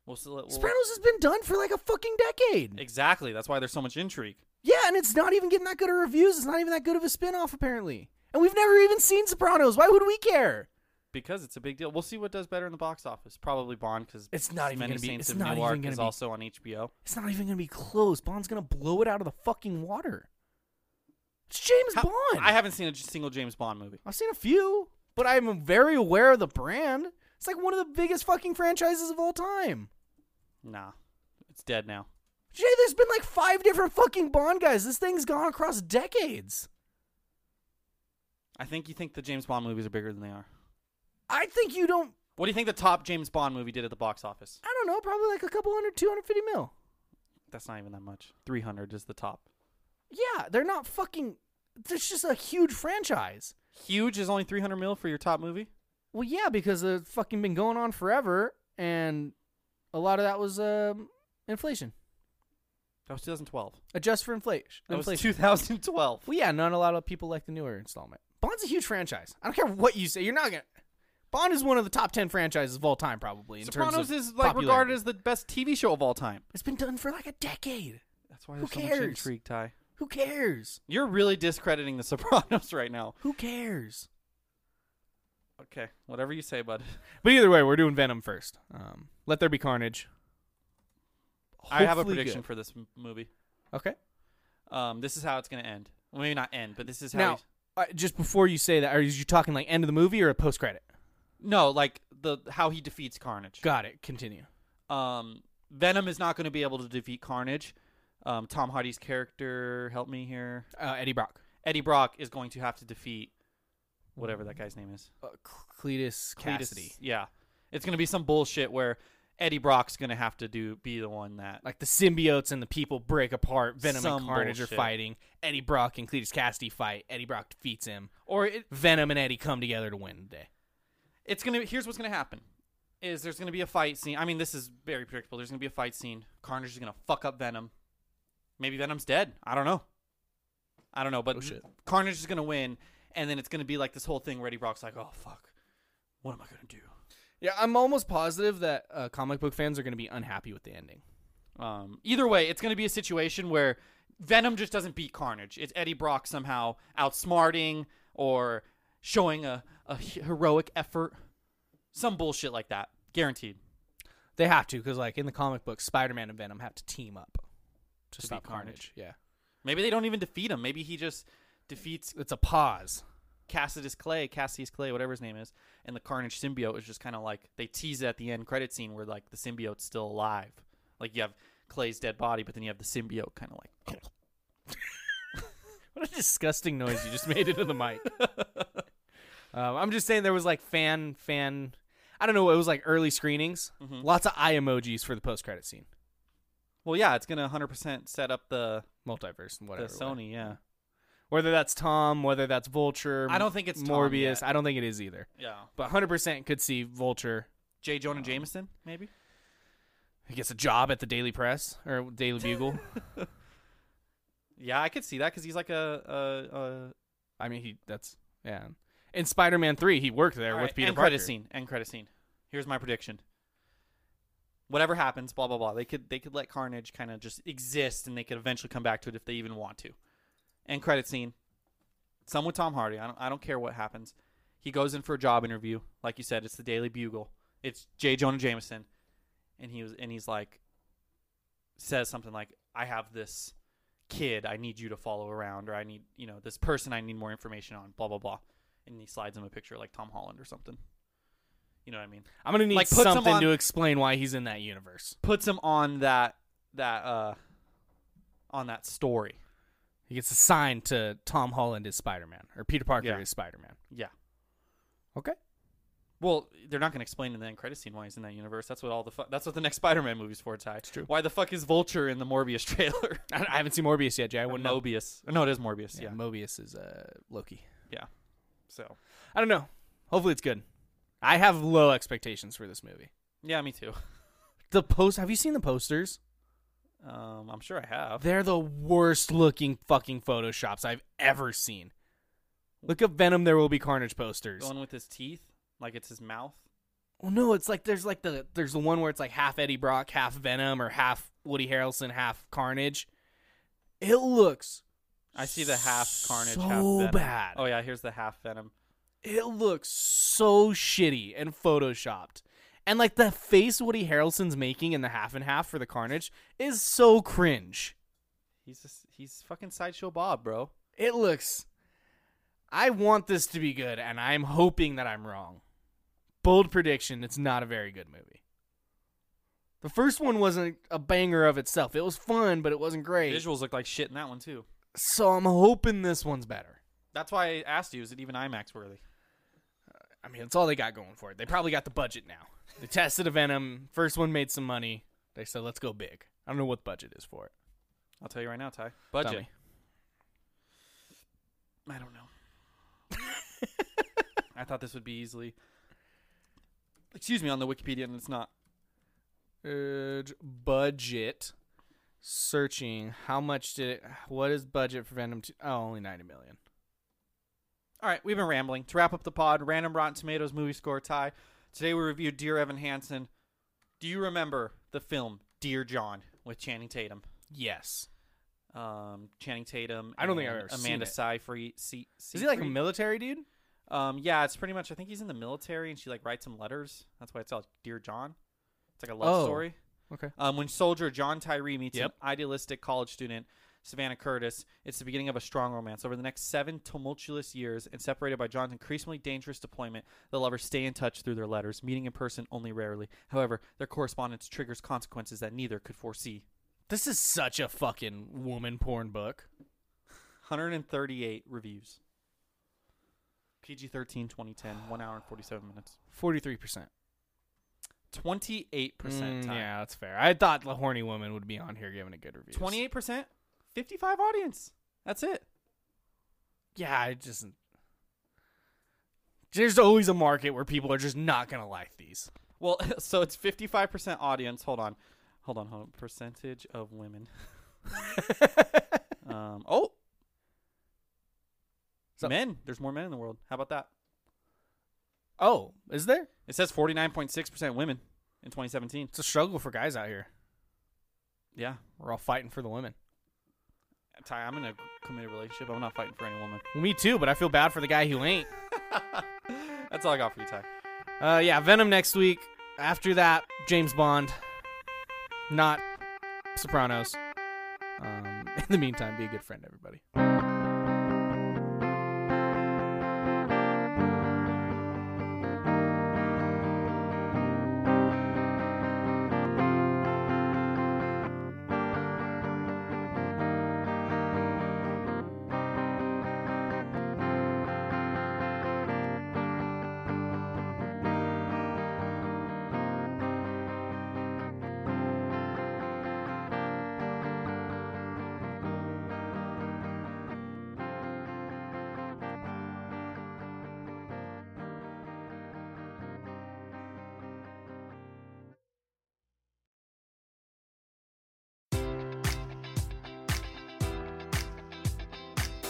[SPEAKER 1] We'll still, we'll,
[SPEAKER 2] Sopranos has been done for like a fucking decade.
[SPEAKER 1] Exactly. That's why there's so much intrigue.
[SPEAKER 2] Yeah, and it's not even getting that good of reviews. It's not even that good of a spin-off apparently. And we've never even seen Sopranos. Why would we care?
[SPEAKER 1] Because it's a big deal. We'll see what does better in the box office. Probably Bond because
[SPEAKER 2] It's not even
[SPEAKER 1] Many
[SPEAKER 2] gonna be-
[SPEAKER 1] Saints
[SPEAKER 2] it's
[SPEAKER 1] of
[SPEAKER 2] not even
[SPEAKER 1] Newark
[SPEAKER 2] gonna
[SPEAKER 1] is
[SPEAKER 2] be-
[SPEAKER 1] also on HBO.
[SPEAKER 2] It's not even gonna be close. Bond's gonna blow it out of the fucking water. It's James
[SPEAKER 1] How-
[SPEAKER 2] Bond.
[SPEAKER 1] I haven't seen a j- single James Bond movie.
[SPEAKER 2] I've seen a few, but I'm very aware of the brand. It's like one of the biggest fucking franchises of all time.
[SPEAKER 1] Nah, it's dead now.
[SPEAKER 2] Jay, there's been like five different fucking Bond guys. This thing's gone across decades.
[SPEAKER 1] I think you think the James Bond movies are bigger than they are.
[SPEAKER 2] I think you don't.
[SPEAKER 1] What do you think the top James Bond movie did at the box office?
[SPEAKER 2] I don't know, probably like a couple hundred, 250 mil.
[SPEAKER 1] That's not even that much. Three hundred is the top.
[SPEAKER 2] Yeah, they're not fucking. There's just a huge franchise.
[SPEAKER 1] Huge is only 300 mil for your top movie?
[SPEAKER 2] Well, yeah, because it's fucking been going on forever, and a lot of that was um, inflation.
[SPEAKER 1] That was 2012.
[SPEAKER 2] Adjust for inflation.
[SPEAKER 1] That was
[SPEAKER 2] inflation.
[SPEAKER 1] 2012.
[SPEAKER 2] Well, yeah, not a lot of people like the newer installment. Bond's a huge franchise. I don't care what you say. You're not gonna. Bond is one of the top ten franchises of all time, probably. In
[SPEAKER 1] Sopranos
[SPEAKER 2] terms of
[SPEAKER 1] is like
[SPEAKER 2] popularity.
[SPEAKER 1] regarded as the best TV show of all time.
[SPEAKER 2] It's been done for like a decade.
[SPEAKER 1] That's why
[SPEAKER 2] Who
[SPEAKER 1] there's so much
[SPEAKER 2] cares?
[SPEAKER 1] intrigue, Ty.
[SPEAKER 2] Who cares?
[SPEAKER 1] You're really discrediting the Sopranos right now.
[SPEAKER 2] Who cares?
[SPEAKER 1] Okay, whatever you say, bud.
[SPEAKER 2] But either way, we're doing Venom first. Um, Let there be carnage.
[SPEAKER 1] I have a
[SPEAKER 2] Hopefully
[SPEAKER 1] prediction
[SPEAKER 2] good.
[SPEAKER 1] for this m- movie.
[SPEAKER 2] Okay.
[SPEAKER 1] Um, this is how it's going to end. Well, maybe not end, but this is how.
[SPEAKER 2] Now,
[SPEAKER 1] he's-
[SPEAKER 2] uh, just before you say that, are you talking like end of the movie or a post credit?
[SPEAKER 1] no, like the how he defeats Carnage.
[SPEAKER 2] Got it. Continue.
[SPEAKER 1] Um, Venom is not going to be able to defeat Carnage. Um, Tom Hardy's character, help me here.
[SPEAKER 2] Uh, Eddie Brock.
[SPEAKER 1] Eddie Brock is going to have to defeat whatever that guy's name is.
[SPEAKER 2] Uh, Cletus
[SPEAKER 1] Cletus-
[SPEAKER 2] Cassidy.
[SPEAKER 1] Yeah, it's going to be some bullshit where Eddie Brock's going to have to do be the one that.
[SPEAKER 2] Like the symbiotes and the people break apart. Venom
[SPEAKER 1] Some
[SPEAKER 2] and Carnage
[SPEAKER 1] bullshit.
[SPEAKER 2] are fighting. Eddie Brock and Cletus Cassidy fight. Eddie Brock defeats him.
[SPEAKER 1] or it,
[SPEAKER 2] Venom and Eddie come together to win today.
[SPEAKER 1] it's gonna here's what's gonna happen is there's gonna be a fight scene i mean this is very predictable there's gonna be a fight scene carnage is gonna fuck up venom maybe venom's dead i don't know i don't know but
[SPEAKER 2] Oh, shit.
[SPEAKER 1] carnage is gonna win and then it's gonna be like this whole thing where eddie brock's like oh fuck what am i gonna do
[SPEAKER 2] Yeah, I'm almost positive that uh, comic book fans are going to be unhappy with the ending.
[SPEAKER 1] um, either way it's gonna be a situation where venom just doesn't beat carnage it's eddie brock somehow outsmarting or showing a, a heroic effort some bullshit like that guaranteed
[SPEAKER 2] They have to because, like in the comic book, Spider-Man and Venom have to team up to,
[SPEAKER 1] beat
[SPEAKER 2] stop
[SPEAKER 1] Carnage.
[SPEAKER 2] Carnage. Yeah,
[SPEAKER 1] Maybe they don't even defeat him. Maybe he just defeats
[SPEAKER 2] it's a pause.
[SPEAKER 1] Cassidus Clay, Cassius Clay, whatever his name is, and the Carnage symbiote is just kind of like they tease it at the end credit scene where like the symbiote's still alive. Like you have Clay's dead body, but then you have the symbiote kind of like.
[SPEAKER 2] What a disgusting noise you just made into the mic. um, I'm just saying there was like fan fan. I don't know. It was like early screenings. Lots of eye emojis for the post-credit scene.
[SPEAKER 1] Well, yeah, it's gonna 100% set up the
[SPEAKER 2] Multiverse,
[SPEAKER 1] the
[SPEAKER 2] whatever.
[SPEAKER 1] Sony. Yeah,
[SPEAKER 2] Whether that's Tom, whether that's Vulture.
[SPEAKER 1] I don't think it's Tom
[SPEAKER 2] Morbius.
[SPEAKER 1] yet.
[SPEAKER 2] I don't think it is either.
[SPEAKER 1] yeah.
[SPEAKER 2] But 100% could see Vulture.
[SPEAKER 1] J. Jonah Jameson, maybe.
[SPEAKER 2] He gets a job at the Daily Press or Daily Bugle.
[SPEAKER 1] Yeah, I could see that because he's like a, a, a
[SPEAKER 2] I mean, he that's yeah. In Spider-Man three, he worked there
[SPEAKER 1] All
[SPEAKER 2] with
[SPEAKER 1] right,
[SPEAKER 2] Peter
[SPEAKER 1] end
[SPEAKER 2] Parker.
[SPEAKER 1] credit scene. End credit scene. Here's my prediction. Whatever happens, blah blah blah. They could they could let Carnage kind of just exist, and they could eventually come back to it if they even want to. End credit scene. Some with Tom Hardy. I don't I don't care what happens. He goes in for a job interview. Like you said, it's the Daily Bugle. It's J. Jonah Jameson, and he was and he's like says something like, "I have this kid I need you to follow around, or I need you know this person I need more information on." Blah blah blah and he slides him a picture of, like Tom Holland or something. You know what I mean?
[SPEAKER 2] I'm gonna need
[SPEAKER 1] Like, put
[SPEAKER 2] something
[SPEAKER 1] someone-
[SPEAKER 2] to explain why he's in that universe.
[SPEAKER 1] Puts him on that that uh on that story.
[SPEAKER 2] He gets assigned to Tom Holland as Spider-Man or Peter Parker
[SPEAKER 1] Yeah.
[SPEAKER 2] as Spider-Man.
[SPEAKER 1] Yeah.
[SPEAKER 2] Okay.
[SPEAKER 1] Well, they're not going to explain in the end credit scene why he's in that universe. That's what all the fu- that's what the next Spider-Man movie's for. Ty. It's
[SPEAKER 2] true.
[SPEAKER 1] Why the fuck is Vulture in the Morbius trailer?
[SPEAKER 2] I, I haven't seen Morbius yet, Jay. I
[SPEAKER 1] Or
[SPEAKER 2] wouldn't know.
[SPEAKER 1] Mobius. No, it is Morbius. Yeah.
[SPEAKER 2] Yeah, Mobius is uh, Loki.
[SPEAKER 1] yeah. So.
[SPEAKER 2] I don't know. Hopefully, it's good. I have low expectations for this movie.
[SPEAKER 1] Yeah, me too.
[SPEAKER 2] The post. Have you seen the posters?
[SPEAKER 1] Um, I'm sure I have.
[SPEAKER 2] They're the worst looking fucking photoshops I've ever seen. Look up Venom. There will be Carnage posters.
[SPEAKER 1] The one with his teeth, like it's his mouth.
[SPEAKER 2] Well, no, it's like there's like the there's the one where it's like half Eddie Brock, half Venom, or half Woody Harrelson, half Carnage. It looks
[SPEAKER 1] I see the half Carnage,
[SPEAKER 2] So
[SPEAKER 1] half Venom.
[SPEAKER 2] bad.
[SPEAKER 1] Oh yeah, here's the half Venom.
[SPEAKER 2] it looks so shitty and photoshopped, and like the face Woody Harrelson's making in the half and half for the Carnage is so cringe.
[SPEAKER 1] He's just, he's fucking sideshow Bob, bro.
[SPEAKER 2] It looks. I want this to be good, and I'm hoping that I'm wrong. Bold prediction: It's not a very good movie. The first one wasn't a banger of itself. It was fun, but it wasn't great.
[SPEAKER 1] Visuals look like shit in that one too.
[SPEAKER 2] So I'm hoping this one's better.
[SPEAKER 1] That's why I asked you, is it even IMAX worthy?
[SPEAKER 2] I mean, it's all they got going for it. They probably got the budget now. They tested a Venom. First one made some money. They said, "Let's go big." I don't know what the budget is for it.
[SPEAKER 1] I'll tell you right now, Ty.
[SPEAKER 2] Tell
[SPEAKER 1] Budget.
[SPEAKER 2] me.
[SPEAKER 1] I don't know. I thought this would be easily. Excuse me, on the Wikipedia, and it's not.
[SPEAKER 2] Urge budget. Searching. How much did it? What is budget for Venom? Two? Oh, only ninety million.
[SPEAKER 1] All right, we've been rambling. To wrap up the pod, random Rotten Tomatoes movie score tie. Today we reviewed Dear Evan Hansen. Do you remember the film Dear John with Channing Tatum?
[SPEAKER 2] Yes.
[SPEAKER 1] Um, Channing Tatum.
[SPEAKER 2] I don't think
[SPEAKER 1] and
[SPEAKER 2] I've ever seen
[SPEAKER 1] Amanda
[SPEAKER 2] it.
[SPEAKER 1] Seyfried. Se-
[SPEAKER 2] Is he like a
[SPEAKER 1] Seyfried?
[SPEAKER 2] military dude?
[SPEAKER 1] Um, yeah, it's pretty much. I think he's in the military, and she like writes him letters. That's why it's called Dear John. It's like a love
[SPEAKER 2] Oh.
[SPEAKER 1] story.
[SPEAKER 2] Okay.
[SPEAKER 1] Um, when soldier John Tyree meets
[SPEAKER 2] Yep.
[SPEAKER 1] an idealistic college student, Savannah Curtis. It's the beginning of a strong romance. Over the next seven tumultuous years and separated by John's increasingly dangerous deployment, the lovers stay in touch through their letters, meeting in person only rarely. However, their correspondence triggers consequences that neither could foresee.
[SPEAKER 2] This is such a fucking woman porn book.
[SPEAKER 1] 138 reviews. PG 13, 2010, 1 hour and 47 minutes.
[SPEAKER 2] 43%.
[SPEAKER 1] 28%
[SPEAKER 2] Mm,
[SPEAKER 1] time.
[SPEAKER 2] yeah, that's fair. I thought the horny woman would be on here giving a good review.
[SPEAKER 1] 28%, 55 audience. That's it.
[SPEAKER 2] Yeah, I just. There's always a market where people are just not gonna like these.
[SPEAKER 1] Well, so it's 55% audience. Hold on. Hold on, hold on. Percentage of women. um, oh.
[SPEAKER 2] So-
[SPEAKER 1] men. There's more men in the world. How about that?
[SPEAKER 2] Oh, is there?
[SPEAKER 1] It says 49.6% women in 2017.
[SPEAKER 2] It's a struggle for guys out here.
[SPEAKER 1] Yeah.
[SPEAKER 2] We're all fighting for the women.
[SPEAKER 1] Ty, I'm in a committed relationship. I'm not fighting for any woman.
[SPEAKER 2] Well, me too, but I feel bad for the guy who ain't.
[SPEAKER 1] That's all I got for you, Ty.
[SPEAKER 2] Uh, yeah, Venom next week. After that, James Bond. Not Sopranos. Um, in the meantime, be a good friend, everybody.